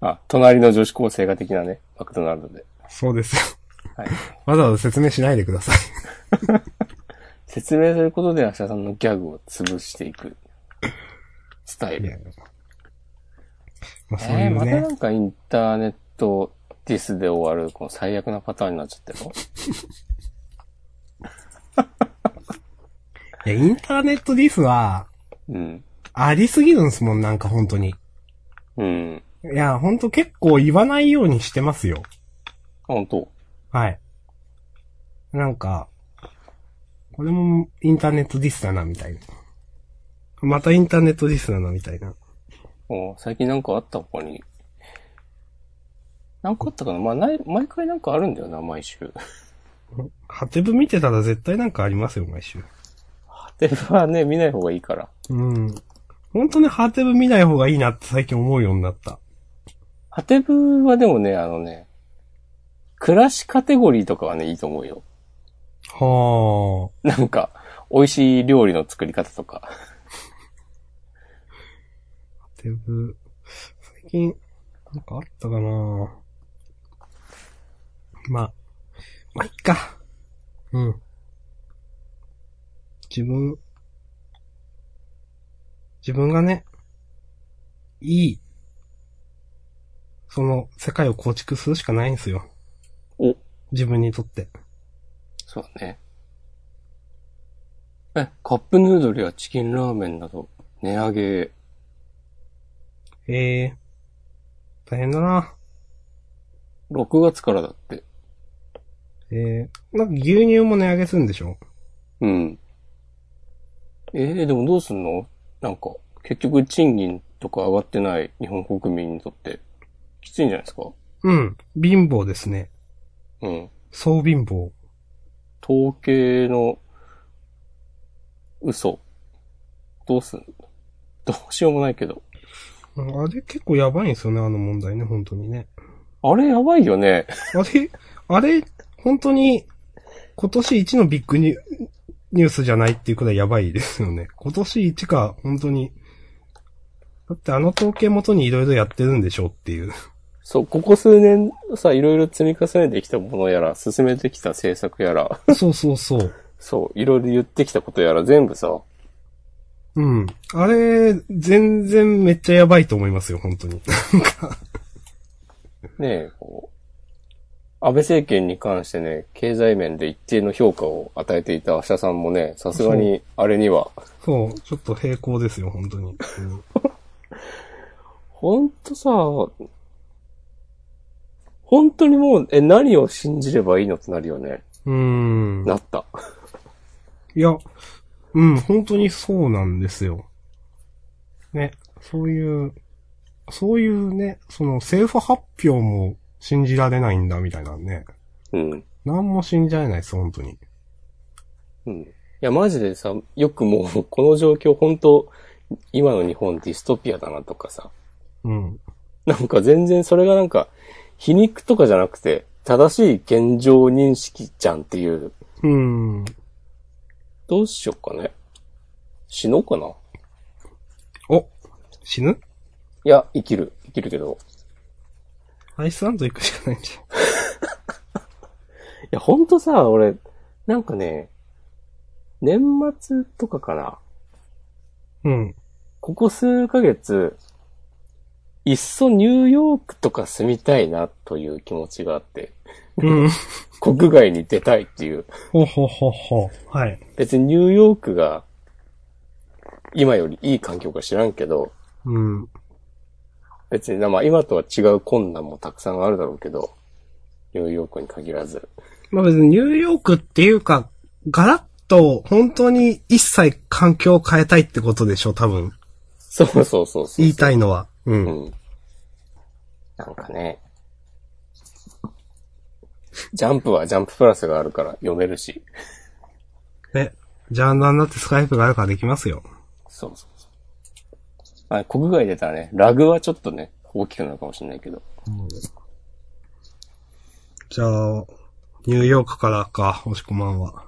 Speaker 1: あ、隣の女子高生が的なね、マクドナルドで。
Speaker 2: そうですよ。
Speaker 1: はい。
Speaker 2: わざわざ説明しないでください。
Speaker 1: 説明することで、明日さんのギャグを潰していく。スタイ
Speaker 2: い
Speaker 1: ル。
Speaker 2: やまあ、そうい
Speaker 1: えー、
Speaker 2: う
Speaker 1: また
Speaker 2: ね
Speaker 1: な。んかインターネットディスで終わる、この最悪なパターンになっちゃってるの
Speaker 2: いや、インターネットディスは、
Speaker 1: うん。
Speaker 2: ありすぎるんですもん、なんか本当に。い
Speaker 1: うん。
Speaker 2: や、本当結構言わないようにしてますよ。
Speaker 1: あ本当
Speaker 2: はい。なんか、これもインターネットディスだな、みたいな。またインターネットディスだな、みたいな。
Speaker 1: お最近なんかあった他に。なんかあったかなまあ、ない、毎回なんかあるんだよな、毎週。
Speaker 2: ハテブ見てたら絶対なんかありますよ、毎週。
Speaker 1: ハテブはね、見ない方がいいから。
Speaker 2: うん。本当ね、ハテブ見ない方がいいなって最近思うようになった。
Speaker 1: ハテブはでもね、あのね、暮らしカテゴリーとかはね、いいと思うよ。
Speaker 2: は
Speaker 1: なんか、美味しい料理の作り方とか。
Speaker 2: あ。ハテブ、最近、なんかあったかなまあ、まあ、いっか。うん。自分、自分がね、いい、その世界を構築するしかないんですよ。
Speaker 1: お、
Speaker 2: 自分にとって。
Speaker 1: そうね。え、カップヌードルやチキンラーメンなど、値上げ。
Speaker 2: ええ大変だな。
Speaker 1: 6月からだって。
Speaker 2: えー、なんか牛乳も値上げするんでしょ
Speaker 1: うん。えー、でもどうすんのなんか、結局賃金とか上がってない日本国民にとって、きついんじゃないですか
Speaker 2: うん。貧乏ですね。
Speaker 1: うん。
Speaker 2: そう貧乏。
Speaker 1: 統計の嘘。どうすんどうしようもないけど。
Speaker 2: うんあれ結構やばいんですよね、あの問題ね、本当にね。
Speaker 1: あれやばいよね。
Speaker 2: あれ、あれ、本当に、今年一のビッグニュニュースじゃないっていうくらいやばいですよね。今年一か、本当に。だってあの統計元にいろいろやってるんでしょうっていう。
Speaker 1: そう、ここ数年さ、いろいろ積み重ねてきたものやら、進めてきた政策やら、
Speaker 2: そうそうそう。
Speaker 1: そう、いろいろ言ってきたことやら、全部さ、
Speaker 2: うん。あれ、全然めっちゃやばいと思いますよ、本当に。
Speaker 1: ねえ、こう、安倍政権に関してね、経済面で一定の評価を与えていた明日さんもね、さすがに、あれには、
Speaker 2: そう、ちょっと平行ですよ、本当に。うん
Speaker 1: ほんとさ、本当にもう、え、何を信じればいいのってなるよね。
Speaker 2: うーん。
Speaker 1: なった。
Speaker 2: いや、うん、本当にそうなんですよ。ね、そういう、そういうね、その政府発表も信じられないんだみたいなね。
Speaker 1: うん。
Speaker 2: 何も信じられないです、本当に。
Speaker 1: うん。いや、マジでさ、よくもう、 この状況、本当今の日本ディストピアだなとかさ、
Speaker 2: うん。
Speaker 1: なんか全然それがなんか、皮肉とかじゃなくて、正しい現状認識じゃんっていう
Speaker 2: うん。
Speaker 1: どうしよっかね。死のうかな。
Speaker 2: お死ぬ
Speaker 1: いや、生きる。生きるけど。
Speaker 2: アイスランド行くしかないんじゃん。
Speaker 1: いや、ほんとさ、俺、なんかね、年末とかかな。
Speaker 2: うん。
Speaker 1: ここ数ヶ月、いっそニューヨークとか住みたいなという気持ちがあって、
Speaker 2: うん。
Speaker 1: 国外に出たいっていう。
Speaker 2: ほほほほ。はい。
Speaker 1: 別にニューヨークが、今よりいい環境か知らんけど、
Speaker 2: うん。
Speaker 1: 別に、まあ今とは違う困難もたくさんあるだろうけど、ニューヨークに限らず。
Speaker 2: まあ別にニューヨークっていうか、ガラッと本当に一切環境を変えたいってことでしょ、多分。
Speaker 1: そうそうそうそう
Speaker 2: 言いたいのは。う。
Speaker 1: うんん。なんかね、ジャンプはジャンププラスがあるから読めるし。
Speaker 2: ね。ジャンダンだってスカイプがあるからできますよ。
Speaker 1: そうそうそう。あ国外出たらね、ラグはちょっとね、大きくなるかもしれないけど。
Speaker 2: じゃあ、ニューヨークからか、押し込まんは。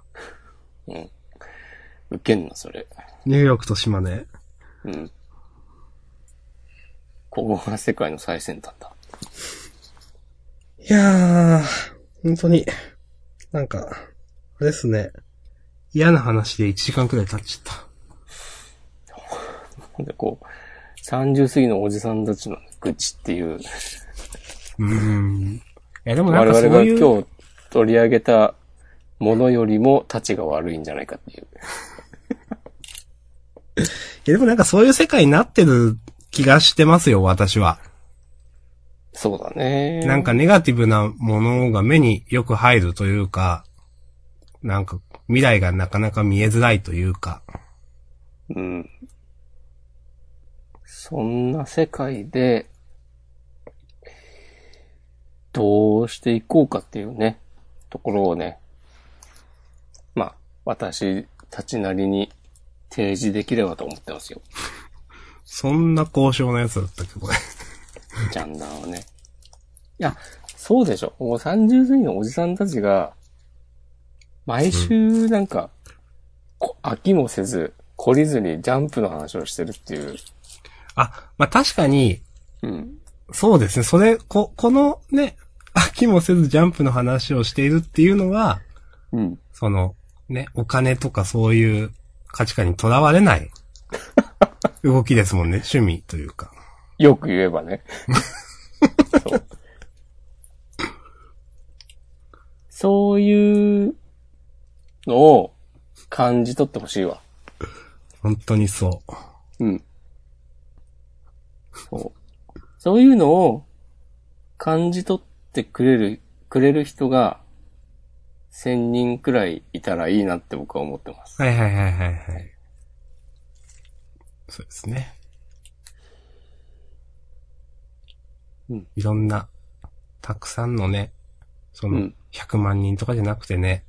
Speaker 1: ウケんな、それ。
Speaker 2: ニューヨークと島根。
Speaker 1: うん。ここが世界の最先端だ。
Speaker 2: いやー、本当に、なんか、あれですね。嫌な話で1時間くらい経っちゃっ
Speaker 1: ほんで、こう、30過ぎのおじさんたちの愚痴っていう、
Speaker 2: た。うーん。いや、でもな
Speaker 1: 我
Speaker 2: んかそう
Speaker 1: 々が
Speaker 2: いう、
Speaker 1: 今日取り上げたものよりも立ちが悪いんじゃないかっていう。
Speaker 2: いや、でもなんかそういう世界になってる気がしてますよ、私は。
Speaker 1: そうだね。
Speaker 2: なんかネガティブなものが目によく入るというか、なんか未来がなかなか見えづらいというか。
Speaker 1: うん。そんな世界で、どうしていこうかっていうね、ところをね、まあ、私たちなりに提示できればと思ってます よ。
Speaker 2: そんな高尚なやつだったっけ、これ。
Speaker 1: ジャンダーはね。いや、そうでしょ。もう30過ぎのおじさんたちが、毎週なんか、こ飽きもせず、懲りずにジャンプの話をしてるっていう。
Speaker 2: あ、まあ、確かに、
Speaker 1: うん。
Speaker 2: そうですね。それ、こ、このね、飽きもせずジャンプの話をしているっていうのは、
Speaker 1: うん。
Speaker 2: その、ね、お金とかそういう価値観にとらわれない動きですもんね。趣味というか。
Speaker 1: よく言えば ね。そうそういうのを感じ取ってほしいわ。
Speaker 2: 本当にそう。
Speaker 1: うん。そう。そういうのを感じ取ってくれる、くれる人が1000人くらいいたらいいなって僕は思ってます。
Speaker 2: はいはいはいはいはい。そうですね。
Speaker 1: うん
Speaker 2: いろんな、たくさんのね、そうの
Speaker 1: ん、
Speaker 2: 100万人とかじゃなくてね、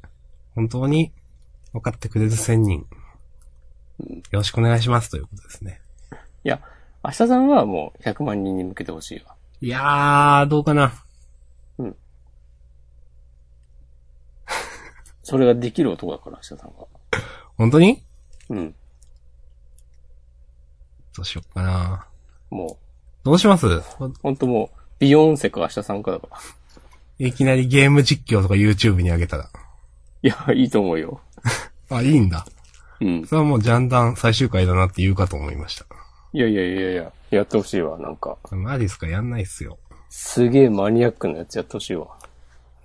Speaker 2: 本当に分かってくれる1000人、よろしくお願いしますということですね。
Speaker 1: いや、明日さんはもう100万人に向けてほしいわ。
Speaker 2: いやー、どうかな。
Speaker 1: それができる男だから、明日さんは。
Speaker 2: 本当に
Speaker 1: うん。
Speaker 2: どうしよっかな。
Speaker 1: もう、
Speaker 2: どうします
Speaker 1: ほんともう、ビヨンセか明日さんかだから。
Speaker 2: いきなりゲーム実況とか YouTube に上げたら。
Speaker 1: いや、いいと思うよ。
Speaker 2: あ、いいんだ。
Speaker 1: うん。
Speaker 2: それはもうジャンダン最終回だなって言うかと思いました。
Speaker 1: いやいやいやいや、やってほしいわ、なんか。
Speaker 2: マジっすかやんないっすよ。
Speaker 1: すげえマニアックなやつやってほしいわ。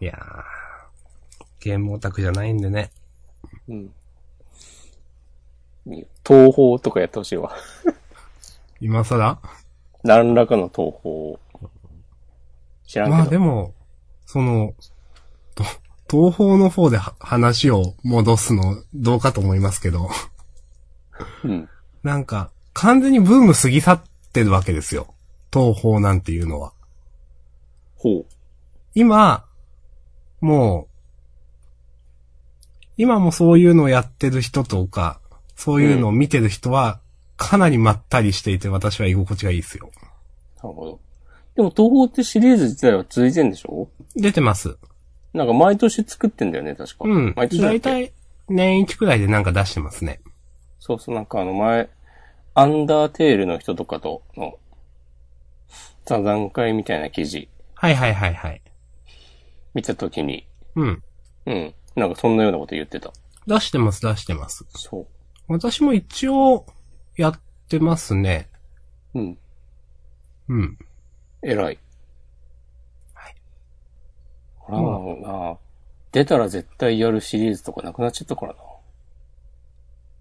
Speaker 2: いやー、ゲームオタクじゃないんでね。
Speaker 1: うん。いいよ東宝とかやってほしいわ。
Speaker 2: 今更
Speaker 1: 何らかの東宝を。知らんけど。
Speaker 2: まあでも、その、と東方の方では話を戻すのどうかと思いますけど、
Speaker 1: うん。
Speaker 2: なんか、完全にブーム過ぎ去ってるわけですよ。東方なんていうのは。
Speaker 1: ほ
Speaker 2: 今、もう、今もそういうのをやってる人とか、そういうのを見てる人は、かなりまったりしていて、私は居心地がいいですよ。
Speaker 1: う。なるほど。でも東宝ってシリーズ自体は続いてんでしょ
Speaker 2: 出てます。
Speaker 1: なんか毎年作ってんだよね、確か。
Speaker 2: うん。
Speaker 1: 毎年だっ
Speaker 2: 大
Speaker 1: け。
Speaker 2: 体、年一くらいでなんか出してますね。
Speaker 1: そうそう、なんかあの前、アンダーテールの人とかとの座談会みたいな記事
Speaker 2: はいはいはいはい。
Speaker 1: 見たときに、
Speaker 2: うん。
Speaker 1: うん。なんかそんなようなこと言ってた。
Speaker 2: 出してます出してます。
Speaker 1: そ
Speaker 2: 私も一応、やってますね。
Speaker 1: う。うん。
Speaker 2: うん。
Speaker 1: 偉い。
Speaker 2: はい。
Speaker 1: ほら、もうな、出たら絶対やるシリーズとかなくなっちゃったからな。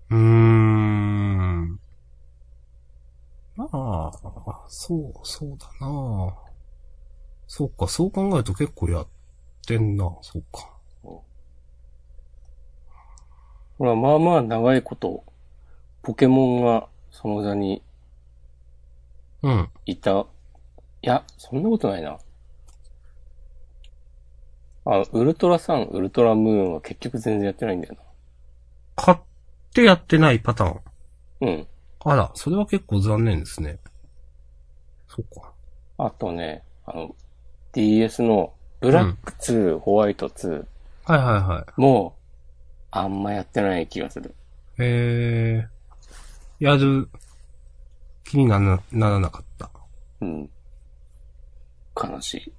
Speaker 2: うーん。まあ、そう、そうだなそうか、そう考えると結構やってんな、そうか。
Speaker 1: ほら、まあまあ長いこと、ポケモンがその座に
Speaker 2: うん。
Speaker 1: いた。いや、そんなことないな。あ、ウルトラサン、ウルトラムーンは結局全然やってないんだよ
Speaker 2: 買ってやってないパターン。
Speaker 1: な。うん。
Speaker 2: あら、それは結構残念ですね。そうか。
Speaker 1: あとね、あの、DS のブラック2、ホワイト2
Speaker 2: はいはいはい。
Speaker 1: も、あんまやってない気がする。
Speaker 2: えー、やる気にならならなかった。
Speaker 1: うん。悲しい。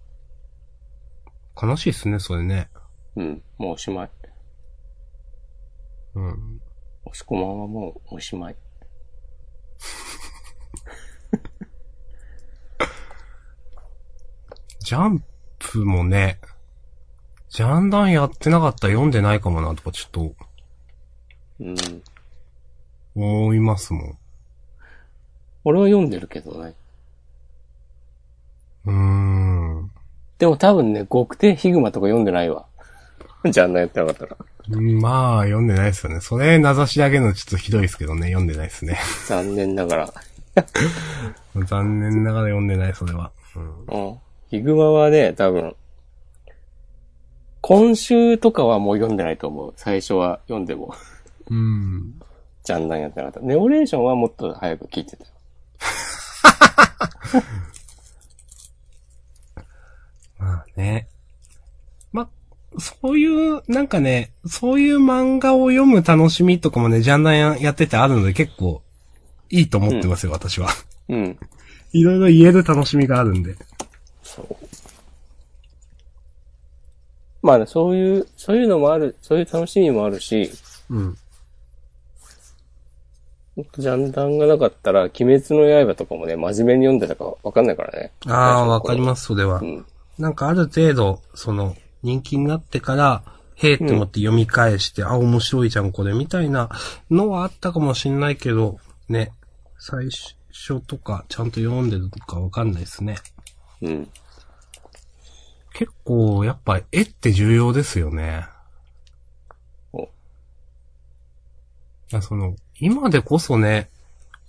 Speaker 2: 悲しいですね、それね。
Speaker 1: うん。もうおしまい。
Speaker 2: うん。
Speaker 1: 押し込まんはもうおしまい。
Speaker 2: ジャンプもね、ジャンダンやってなかったら読んでないかもなとかちょっと
Speaker 1: うん。
Speaker 2: 思いますも
Speaker 1: 俺は読んでるけどね。
Speaker 2: ん。う
Speaker 1: でも多分ね、極低ヒグマとか読んでないわ。 じゃああんなやってなかったら。
Speaker 2: ーん。まあ、読んでないですよね。それ、名指しだけのちょっとひどいですけどね、読んでないですね。
Speaker 1: 残念ながら。
Speaker 2: 残念ながら読んでない、それは。うん。
Speaker 1: うん。ヒグマはね、多分、今週とかはもう読んでないと思う。最初は読んでも、
Speaker 2: うん。
Speaker 1: ジャンダンやってなかった。ネオレーションはもっと早く聞いてたよ。
Speaker 2: まあね。ま、そういう、なんかね、そういう漫画を読む楽しみとかもね、ジャンダンややっててあるので結構いいと思ってますよ、私は。
Speaker 1: うん。
Speaker 2: いろいろ言える楽しみがあるんで。
Speaker 1: そう。まあね、そういう、そういうのもある、そういう楽しみもあるし、
Speaker 2: うん。
Speaker 1: ほんとジャンダンがなかったら、鬼滅の刃とかもね、真面目に読んでたかわかんないからね。
Speaker 2: ああ、わかります、それは
Speaker 1: う。ん。
Speaker 2: なんかある程度、その、人気になってから、へえって思って読み返して、あ、面白いじゃん、これ、みたいなのはあったかもしんないけど、ね、最初とか、ちゃんと読んでるとかわかんないですね。
Speaker 1: うん。
Speaker 2: 結構、やっぱ、絵って重要ですよね。
Speaker 1: お
Speaker 2: いや、その、今でこそね、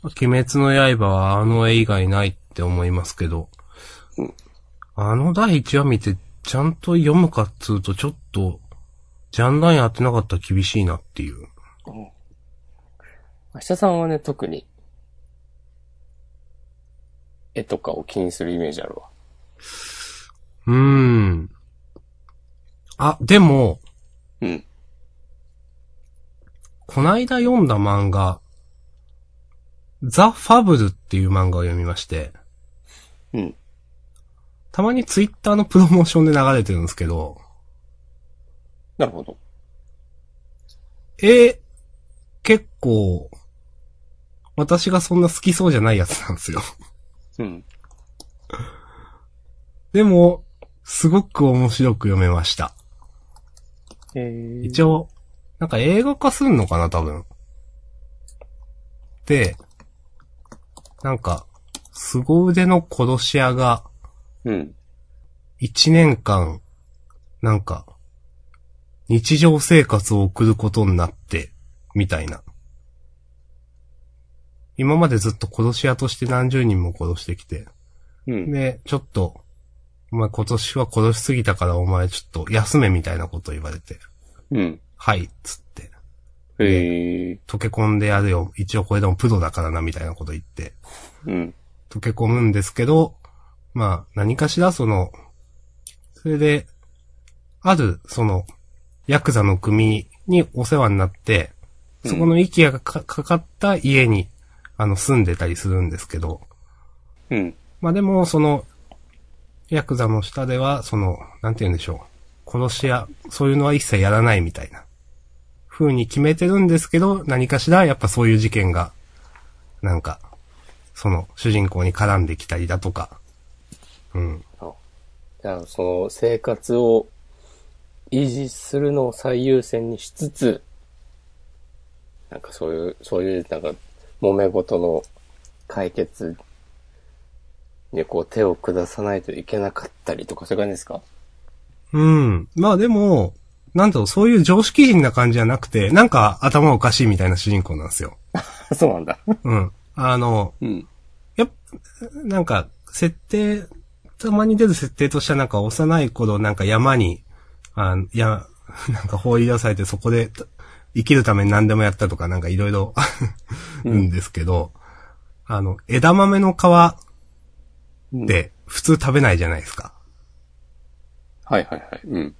Speaker 2: 鬼滅の刃はあの絵以外ないって思いますけど、
Speaker 1: うん
Speaker 2: あの第1話見て、ちゃんと読むかっつうと、ちょっと、ジャンダンやってなかったら厳しいなっていう。
Speaker 1: 明日さんはね、特に、絵とかを気にするイメージあるわ。
Speaker 2: うーん。あ、でも、
Speaker 1: うん。
Speaker 2: こないだ読んだ漫画、ザ・ファブルっていう漫画を読みまして、
Speaker 1: うん。
Speaker 2: たまにツイッターのプロモーションで流れてるんですけど、
Speaker 1: なるほど。
Speaker 2: え、結構、私がそんな好きそうじゃないやつなんですよ。
Speaker 1: うん。
Speaker 2: でも、すごく面白く読めました。
Speaker 1: えー
Speaker 2: 一応、なんか映画化すんのかな、多分。で、なんか、凄腕の殺し屋が、
Speaker 1: うん。
Speaker 2: 一年間、なんか、日常生活を送ることになって、みたいな。今までずっと殺し屋として何十人も殺してきて、
Speaker 1: うん。
Speaker 2: で、ちょっと、お前今年は殺しすぎたからお前ちょっと休めみたいなこと言われて、
Speaker 1: うん。
Speaker 2: はい、っつって、
Speaker 1: へえ。
Speaker 2: 溶け込んでやるよ、一応これでもプロだからな、みたいなこと言って、
Speaker 1: うん。
Speaker 2: 溶け込むんですけど、まあ、何かしらその、それで、ある、その、ヤクザの組にお世話になって、そこの IKEA がかかかった家に、あの、住んでたりするんですけど、
Speaker 1: うん。
Speaker 2: まあでも、その、ヤクザの下では、その、なんて言うんでしょう。殺し屋、そういうのは一切やらないみたいな、風に決めてるんですけど、何かしら、やっぱそういう事件が、なんか、その、主人公に絡んできたりだとか、うん。
Speaker 1: じゃあ、その生活を維持するのを最優先にしつつ、なんかそういう、そういう、なんか、揉め事の解決にこう手を下さないといけなかったりとか、そういう感じですか
Speaker 2: うん。まあでも、なんだろう、そういう常識人な感じじゃなくて、なんか頭おかしいみたいな主人公なんですよ。
Speaker 1: そうなんだ。
Speaker 2: うん。あの、
Speaker 1: うん。
Speaker 2: やっぱ、なんか、設定、たまに出る設定としてはなんか幼い頃なんか山に、あいや、 なんか放り出されてそこでた生きるために何でもやったとかなんかいろい ろうんですけど、あの、枝豆の皮で普通食べないじゃないですか。
Speaker 1: はいはいはい。うん。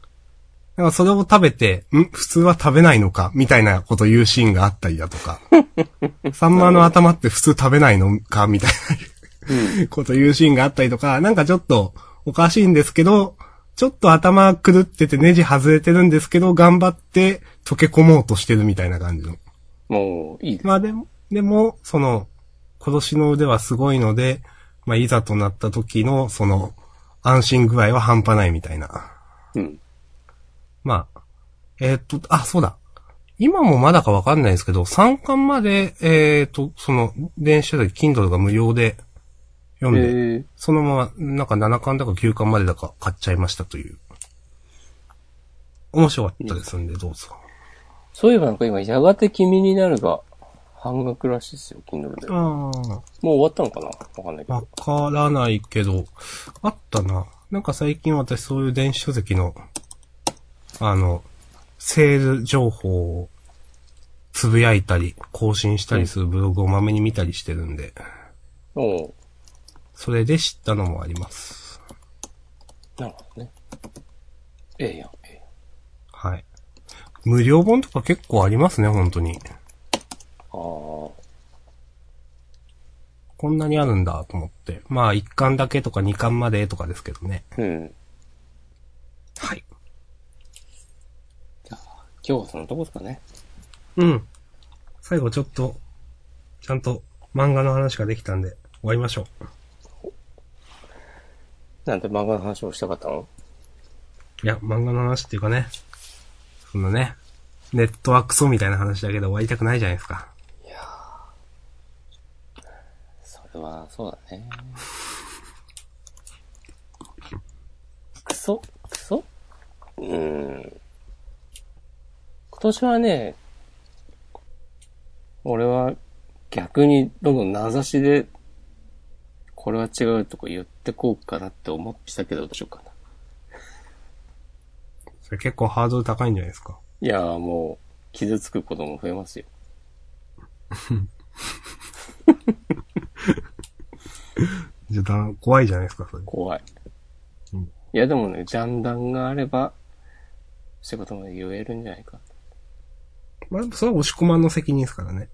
Speaker 2: なんかそれを食べて、ん普通は食べないのかみたいなこと言うシーンがあったりだとか。 サンマの頭って普通食べないのかみたいなこと言うシーンがあったりとか、なんかちょっとおかしいんですけど、ちょっと頭狂っててネジ外れてるんですけど、頑張って溶け込もうとしてるみたいな感じの。
Speaker 1: もう、いいです。
Speaker 2: まあでも、でも、その、殺しの腕はすごいので、まあいざとなった時の、その、安心具合は半端ないみたいな。
Speaker 1: うん。
Speaker 2: まあ、えーっと、あ、そうだ。今もまだかわかんないですけど、3巻まで、えーっと、その、電子書籍 Kindle が無料で読んで、
Speaker 1: えー
Speaker 2: そのまま、なんか7巻だか9巻までだか買っちゃいましたという。面白かったですんで、どうぞ。
Speaker 1: そういえばなんか今、やがて君になるが、半額らしいですよ、Kindle で。もう
Speaker 2: ああ。
Speaker 1: 終わったのかなわかんないけ
Speaker 2: わ
Speaker 1: ど。
Speaker 2: からないけど、あったな。なんか最近私そういう電子書籍の、あの、セール情報をつぶやいたり、更新したりするブログをまめに見たりしてるんで、
Speaker 1: おう
Speaker 2: それで知ったのもあります。
Speaker 1: なるほどね。ええやん、ええやん。
Speaker 2: はい。無料本とか結構ありますね、本当に。
Speaker 1: ああ。
Speaker 2: こんなにあるんだと思って。まあ、1巻だけとか2巻までとかですけどね。
Speaker 1: うん。
Speaker 2: はい。
Speaker 1: 今日はそのとこですかね。
Speaker 2: うん。最後ちょっと、ちゃんと漫画の話ができたんで、終わりましょう。
Speaker 1: なんて漫画の話をしたかったの
Speaker 2: いや、漫画の話っていうかね、そんなね、ネットはクソみたいな話だけで終わりたくないじゃないですか。
Speaker 1: それは、そうだね。 クソクソうーん。今年はね、俺は逆にどんどん名指しで、これは違うとか言ってこうかなって思ってたけどどうしようかな。
Speaker 2: それ結構ハードル高いんじゃないですか。
Speaker 1: いやーもう、傷つくことも増えますよ。
Speaker 2: じゃあ、怖いじゃないですか、それ。
Speaker 1: 怖い。
Speaker 2: うん
Speaker 1: いや、でもね、ジャンダンがあれば、そういうことも言えるんじゃないか。
Speaker 2: まあ、それは押し込まんの責任ですからね。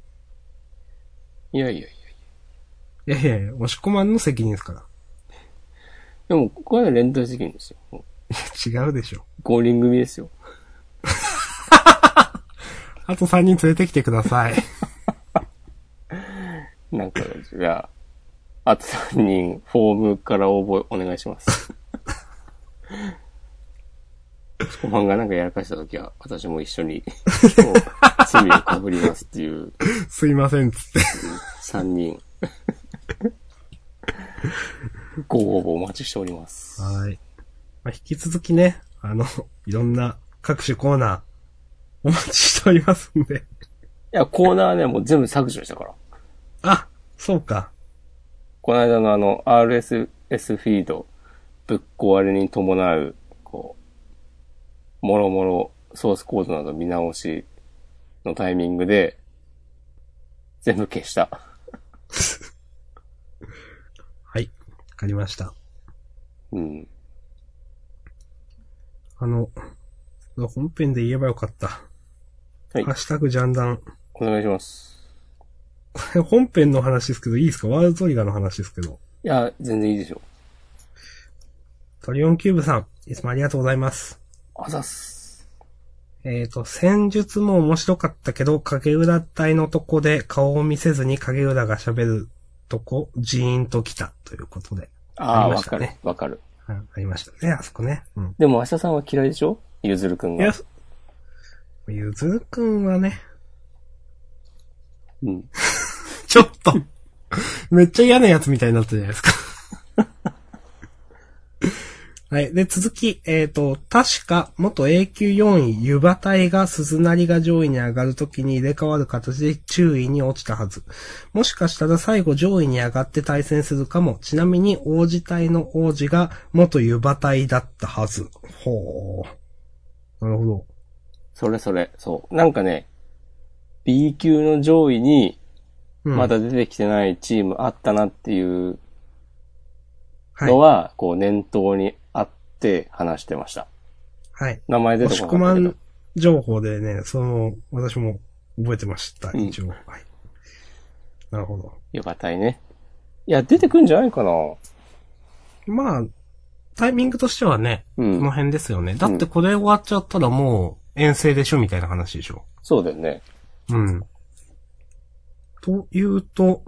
Speaker 1: いやいやいや。
Speaker 2: いやいやいや、押し込まんの責任ですから。
Speaker 1: でも、これは連帯責任ですよ。もう
Speaker 2: 違うでしょ。
Speaker 1: 五輪組ですよ。
Speaker 2: あと3人連れてきてください。
Speaker 1: なんか、じゃあ、あと3人、フォームから応募お願いします。お漫画なんかやらかしたときは、私も一緒に、もう罪をかぶりますっていう
Speaker 2: すいません、つって。
Speaker 1: 3人。ご応募お待ちしております。
Speaker 2: はい。まあ、引き続きね、あの、いろんな各種コーナー、お待ちしておりますんで。
Speaker 1: いや、コーナーね、もう全部削除したから。
Speaker 2: あ、そうか。
Speaker 1: この間のあの、RSS フィード、ぶっ壊れに伴う、こう、もろもろソースコードなど見直しのタイミングで、全部消した。
Speaker 2: はい。わかりました。
Speaker 1: うん。
Speaker 2: あの、本編で言えばよかった。
Speaker 1: はい
Speaker 2: ハッシュタグジャンダン。
Speaker 1: お願いします。
Speaker 2: これ本編の話ですけど、いいですかワールドトリガーの話ですけど。
Speaker 1: いや、全然いいでしょう。
Speaker 2: トリオンキューブさん、いつもありがとうございます。
Speaker 1: あざっす。
Speaker 2: えっ、と、戦術も面白かったけど、影浦隊のとこで顔を見せずに影浦が喋るとこ、ジーンと来たということで。
Speaker 1: あ
Speaker 2: あ
Speaker 1: あ、
Speaker 2: りま
Speaker 1: わ、
Speaker 2: した
Speaker 1: か
Speaker 2: ね
Speaker 1: る。わかる。
Speaker 2: はいありましたね、あそこね。うん。
Speaker 1: でも、明日さんは嫌いでしょゆずるくん
Speaker 2: いや
Speaker 1: が。、
Speaker 2: ゆずるくんはね、
Speaker 1: うん。
Speaker 2: ちょっと、めっちゃ嫌なやつみたいになったじゃないです か。はい。で、続き、えっ、と、確か、元 A 級4位、湯葉隊が鈴なりが上位に上がるときに入れ替わる形で注意に落ちたはず。もしかしたら最後上位に上がって対戦するかも。ちなみに、王子隊の王子が元湯葉隊だったはず。ほう。なるほど。
Speaker 1: それそれ、そう。なんかね、B 級の上位に、
Speaker 2: うん
Speaker 1: ま、だ出てきてないチームあったなっていう
Speaker 2: はい
Speaker 1: の。は、こう念頭にあって話してました。
Speaker 2: はい。
Speaker 1: 名前出
Speaker 2: 押し
Speaker 1: てこ
Speaker 2: 込
Speaker 1: なか
Speaker 2: ま
Speaker 1: ったけど
Speaker 2: ん。情報でね、その、私も覚えてました、
Speaker 1: うん
Speaker 2: 一応。はい。なるほど。
Speaker 1: よかったいね。いや、出てくんじゃないかな。
Speaker 2: まあ、タイミングとしてはね、こ
Speaker 1: う
Speaker 2: の
Speaker 1: ん。
Speaker 2: 辺ですよね。だってこれ終わっちゃったらもう遠征でしょみたいな話でしょ。
Speaker 1: そうだよね。
Speaker 2: うん。というと、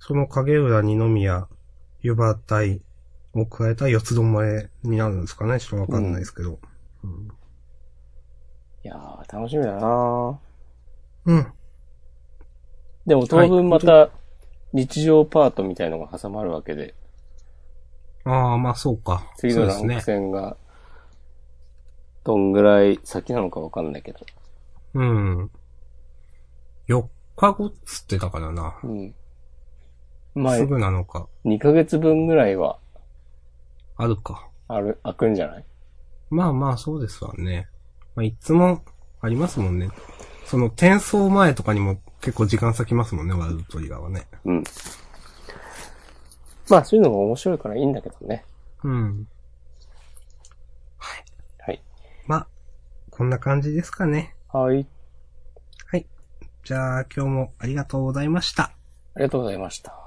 Speaker 2: その影浦二宮、湯葉隊を加えた四つどもえになるんですかねちょっとわかんないですけど。うん
Speaker 1: いやー、楽しみだな
Speaker 2: うん。
Speaker 1: でも当分また日常パートみたいのが挟まるわけで、
Speaker 2: ああ、まあそうか。
Speaker 1: 次のラ
Speaker 2: そう
Speaker 1: ン
Speaker 2: で
Speaker 1: ク
Speaker 2: すね。
Speaker 1: 戦が、どんぐらい先なのかわかんないけど。
Speaker 2: うん。4日後っつってたからな。
Speaker 1: うん。まあ
Speaker 2: す、ぐなのか。
Speaker 1: 2ヶ月分ぐらいは、
Speaker 2: あるか。
Speaker 1: ある、開くんじゃない
Speaker 2: まあまあ、そうですわね。まあ、いつもありますもんね。その転送前とかにも結構時間割きますもんね、ワールドトリガーはね。
Speaker 1: うん。まあ、そういうのが面白いからいいんだけどね。
Speaker 2: うん。
Speaker 1: はい。
Speaker 2: まあ、こんな感じですかね。
Speaker 1: はい。
Speaker 2: はい。じゃあ、今日もありがとうございました。
Speaker 1: ありがとうございました。